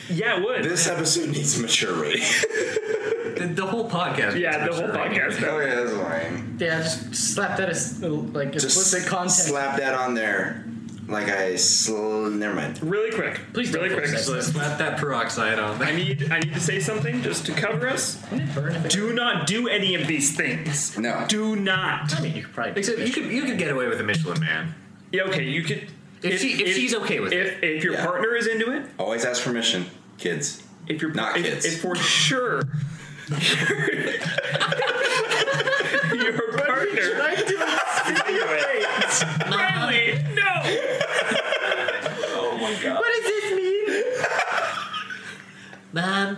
Yeah, it would. This episode needs mature rating. The the, the whole podcast. Yeah, the whole podcast. Oh yeah, that's lame. Yeah, just slap that as like explicit content. slap that on there, like I sl- never mind. Really quick. Please don't really force quick. that. So let's slap that peroxide on. I need I need to say something just to cover us. Wouldn't it burn if it- Do not do any of these things. No. Do not. I mean, you could probably. Except you could you could get away with a Michelin man. Yeah, okay, you could. If she- if she's okay with if, If your Yeah. partner is into it, Always ask permission, kids. if your Not if, kids. if for sure. your partner. I do Really? No. What does this mean? Mom,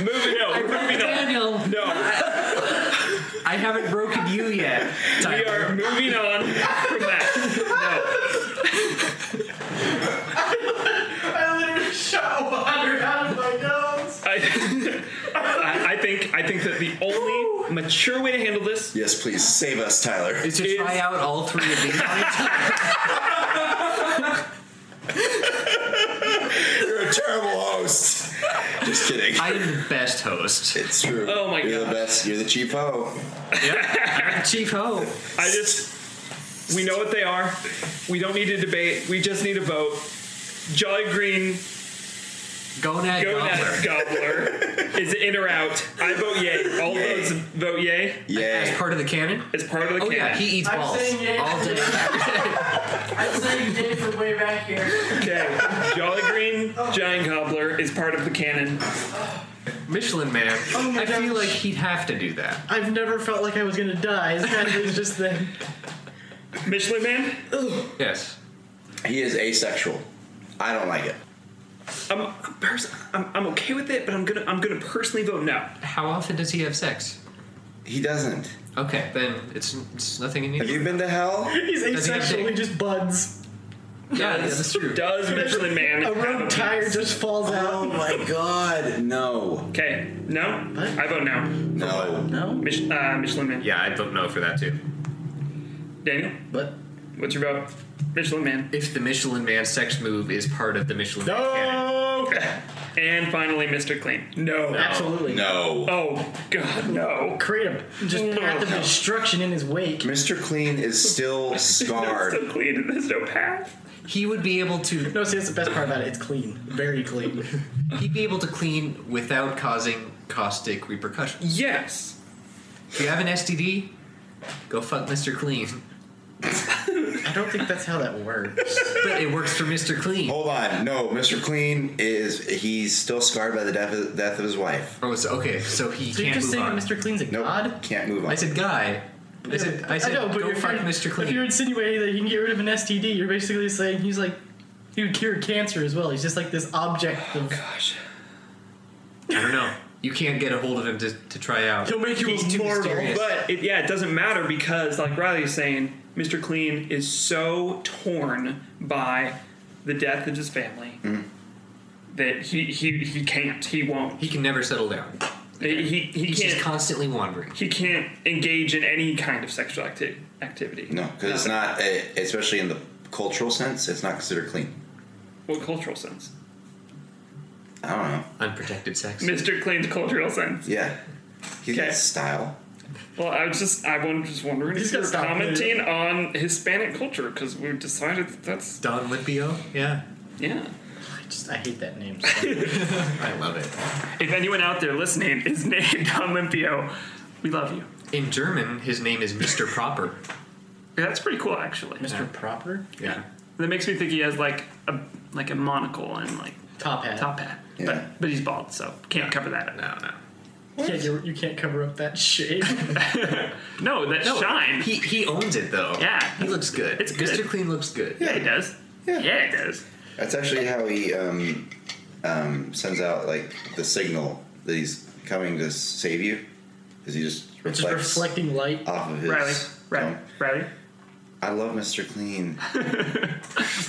Moving on. We're moving on. Daniel, No. I haven't broken you yet. We Tyler. are moving on from that. I literally shot water out of my nose. No. I, I, I think I think that the only mature way to handle this Yes, please save us, Tyler. Is to try is- out all three of these. You're a terrible host. Just kidding. I am the best host. it's true. Oh my You're the gosh. best. You're the chief ho. Chief Ho. I just we know what they are. We don't need to debate. We just need a vote. Jolly Green Gonad Gobbler. Gonad Gobbler is it in or out. I vote yay. All Yay. votes vote yay. As Yay. part of the canon? It's part of the Oh canon. yeah, he eats I'm balls saying yay. all day. I'm saying Dave from way back here. Okay. Jolly Green Giant Gobbler is part of the canon. Michelin Man. my I feel gosh. like he'd have to do that. I've never felt like I was gonna die. It's kind of just the. Michelin Man. Yes. He is asexual. I don't like it. I'm I'm, pers- I'm I'm okay with it, but I'm gonna I'm gonna personally vote no. How often does he have sex? He doesn't. Okay, then it's, it's nothing in Have you. you been to hell? He's Does he have asexual. dick? He just buds. Yeah, yeah, that's true. Does Michelin Man? A have road tire just falls Oh out. my god. No. Okay. No. What? I vote no. No. No, Mich- uh, Michelin Man. Yeah, I'd vote no for that too. Daniel, but what's your vote? Michelin Man. If the Michelin Man sex move is part of the Michelin Man canon. no, And finally, Mr. Clean. No. absolutely. No. Oh, God, no. Create a just path of destruction in his wake. Mr. Clean is still scarred. Mr. Clean, and there's no path. He would be able to No, see, that's the best part about it. It's clean, very clean. he'd be able to clean without causing caustic repercussions. Yes. If you have an STD, go fuck Mr. Clean. I don't think that's how that works. But it works for Mr. Clean. Hold on. No, Mr. Clean is he's still scarred by the death of, death of his wife. Oh, so, okay, so he So you're can't just move saying on. Mr. Clean's a Nope. god? Can't move on. I said guy. I said I said know, but go if fuck you're- Mr. If you're Clean. insinuating that you can get rid of an STD, you're basically saying he's like he would cure cancer as well. He's just like this object. Oh, Of, Gosh. I don't know. You can't get a hold of him to, to try out. He'll make you He's too immortal, mysterious. But, it, yeah, it doesn't matter because, like Riley is saying, Mr. Clean is so torn by the death of his family that he, he, he can't. He won't. he can never settle down. He, he, he He's just can't. constantly wandering. he can't engage in any kind of sexual acti- activity. no, because it's not, a, especially in the cultural sense, it's not considered clean. What cultural sense? I don't know. Unprotected sex. Mr. Clean's cultural sense. Yeah. He's got Okay. style. Well, I was just I was just wondering He's if you gotta were stop commenting on Hispanic culture because we decided that that's Don Limpio? Yeah. yeah. I just I hate that name. So much. I love it. If anyone out there listening is named Don Limpio, we love you. In German, his name is Mr. Proper. Yeah, that's pretty cool actually. Mr. Proper Yeah. That makes me think he has like a like a monocle and like top hat. top hat, Yeah. but he's bald, so can't cover that up. No, no. You can't, you, you can't cover up that shape. No, that No, shine. He he owns it though. Yeah. He looks good. It's good. Mr. Clean looks good. yeah, it does. Yeah, it does. That's actually how he um, um, sends out like the signal that he's coming to save you. Because he just reflects just reflecting light. off of his. Riley, Riley, you know, Riley. I love Mr. Clean.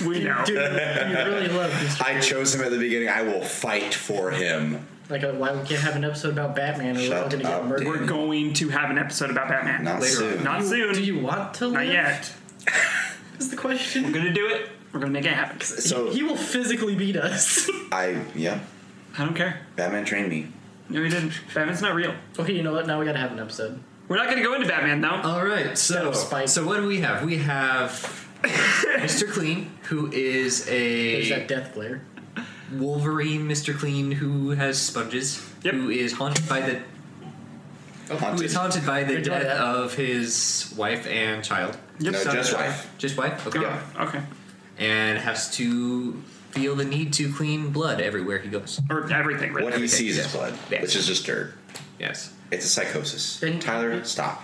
We know. Dude, you really love this. I chose him at the beginning. I will fight for him. Like, uh, why we can't have an episode about Batman or we're all Shut gonna up, get murdered. We're going to have an episode about Batman. Not Later soon. Not soon. Do you want to Not live? yet. Is the question. We're gonna do it. We're gonna make it happen. so He will physically beat us. I yeah. I don't care. Batman trained me. No, he didn't. Batman's not real. Okay, you know what? Now we gotta have an episode. We're not going to go into Batman though. All right, so of spite. so what do we have? We have Mr. Clean, who is There's that a death glare. Wolverine. Mr. Clean, who has sponges, Yep. who is haunted by the who Haunted. is haunted by the Good job, death Ed. of his wife and child. Yep. No, Son just and wife. Just wife. Okay. Oh, okay. And has to feel the need to clean blood everywhere he goes. Or everything. Really. What he sees yeah. is blood, Yeah. which is just dirt. Yes. It's a psychosis. Then- Tyler, stop.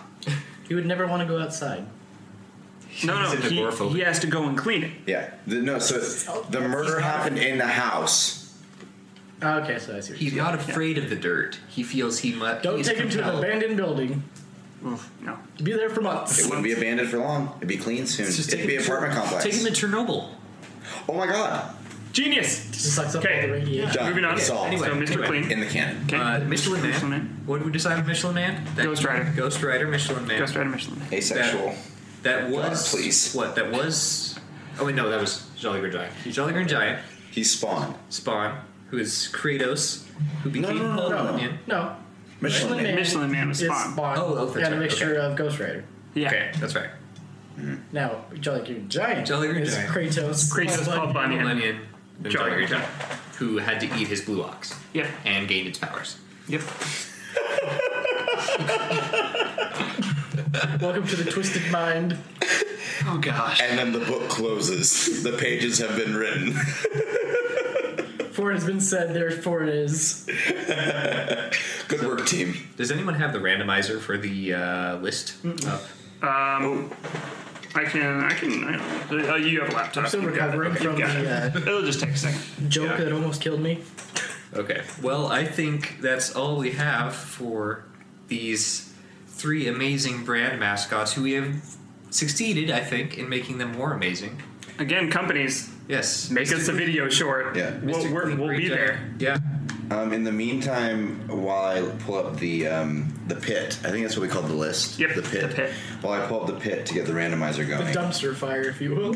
You would never want to go outside. No, no. He's an He, agoraphobic. he has to go and clean it. Yeah. The- no, so the murder happened in the house. Oh, okay, so I see. What you He's not afraid of the dirt. He feels he must. Don't take him to an abandoned building. No. Be there for months. It wouldn't be abandoned for long. It'd be clean soon. It'd be an apartment complex. Take him to Chernobyl. oh my god. Genius. Just sucks up Okay. all the radiation. Done. Moving on. It's solved. anyway. so Mr. Clean. In the cannon. Okay. Uh, Michelin Man. Michelin Man. What did we decide on Michelin Man? That- Ghost Rider. Ghost Rider, Michelin Man. Ghost Rider Michelin. Man. Asexual. That was God, please. what? That was. Oh wait, no, that was Jolly Green Giant. Jolly Green Giant, He spawned. Spawn, who is Kratos, who became no, no, Paul no, no. Bunyan. No. Michelin Man. Michelin Man was is Spawn. Oh, oh, that's and a right, mixture of Ghost Rider. Yeah. Okay, that's right. Now, Jolly Green Giant. Jolly Green is Giant. Kratos. Kratos Paul Paul Bunyan. Paul Bunyan. Bunyan, then Jolly Jolly Green Green Giant, who had to eat his blue ox Yep. and gained its powers. Yep. Welcome to the Twisted Mind. Oh gosh. And then the book closes. the pages have been written. For it has been said, therefore it is. Good work, team. Does anyone have the randomizer for the uh, list? up? Um, I can, I can. I don't know. Uh, you have a laptop. Still You got it. recovering Okay, from you got the uh, it. It'll just take a second. joke Yeah. that almost killed me. Okay. Well, I think that's all we have for these three amazing brand mascots who we have succeeded, I think, in making them more amazing. Again, companies Yes. make us a video short. Yeah. We'll, Mr. we're, Clean we'll Green be there. Giant. Yeah. Um, in the meantime, while I pull up the um, the pit, I think that's what we called the list. Yep, the pit. the pit. While I pull up the pit to get the randomizer The going, dumpster fire, if you will.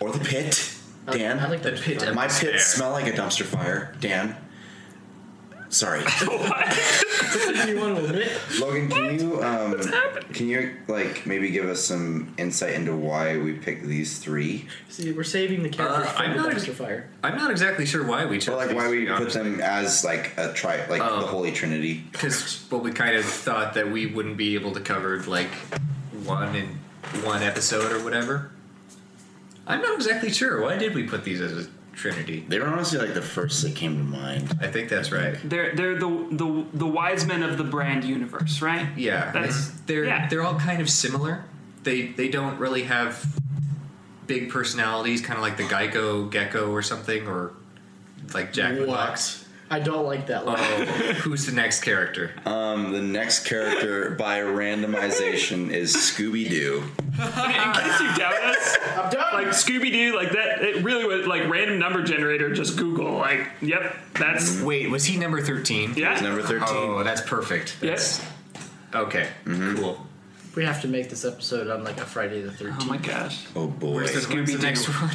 or Oh, the pit, Dan. I like The that. pit. of My despair. pits smell like a dumpster fire, Dan. Sorry, you want a little bit? Logan. Can you um, Ah, can you like maybe give us some insight into why we picked these three, See, we're saving the characters Uh, from I'm the not dumpster ex- fire. I'm not exactly sure why we chose. or like these why we three, put them as like a tri, like Oh. the Holy Trinity? because well we kind of thought that we wouldn't be able to cover like one in one episode or whatever. I'm not exactly sure. Why did we put these as a trinity? They were honestly like the first that came to mind. I think that's right. They're they're the the the wise men of the brand universe, right? Yeah, That's they're yeah. they're all kind of similar. They they don't really have big personalities, kind of like the Geico gecko or something, or like Jack in the Box. I don't like that. Oh, line. who's the next character? Um, the next character by randomization is Scooby Doo. In case you doubt us, I'm done. like Scooby Doo, like that. It really was like random number generator. Just Google, like, yep, that's Wait, was he number thirteen? yeah. Number thirteen. Oh, that's perfect. Yes. Okay. Cool. we have to make this episode on like a Friday the 13th. Oh my gosh. Oh boy. Where's the, where's the Scooby-Doo. next one?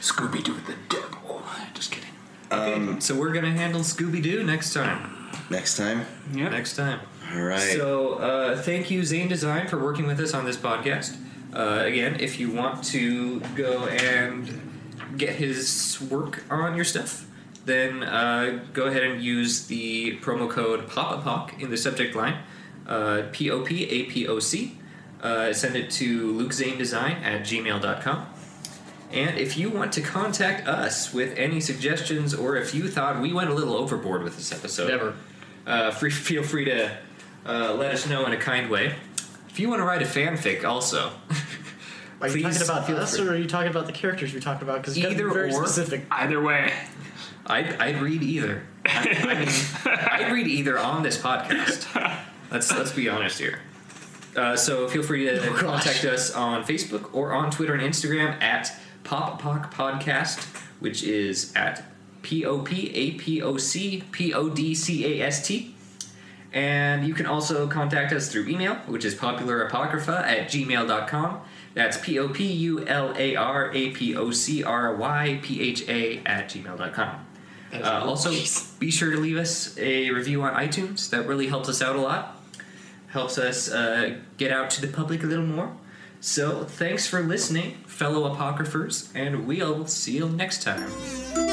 Scooby Doo the devil. Just kidding. so we're gonna handle Scooby Doo next time. Next time. Yeah. Next time. All right. So, uh, thank you, Zane Design, for working with us on this podcast. Uh, again, if you want to go and get his work on your stuff, then uh, go ahead and use the promo code POPAPOC in the subject line uh, P O P A P O C. Uh, send it to lukezanedesign at gmail.com. And if you want to contact us with any suggestions or if you thought we went a little overboard with this episode, Never. uh, free, feel free to uh, let us know in a kind way. If you want to write a fanfic, also, Are you please- talking about us or are you talking about the characters we talked about? Because Either very or. specific. Either way, I'd, I'd read either. I, I mean, I'd read either on this podcast. Let's let's be honest here. Uh, so feel free to Oh, gosh. contact us on Facebook or on Twitter and Instagram at Pop Poc Podcast, which is at P O P A P O C P O D C A S T. And you can also contact us through email, which is popularapocrypha at gmail.com. That's P O P U L A R A P O C R Y P H A at gmail.com. Uh, also, be sure to leave us a review on iTunes. That really helps us out a lot, helps us uh, get out to the public a little more. So, thanks for listening, fellow apocryphers, and we'll see you next time.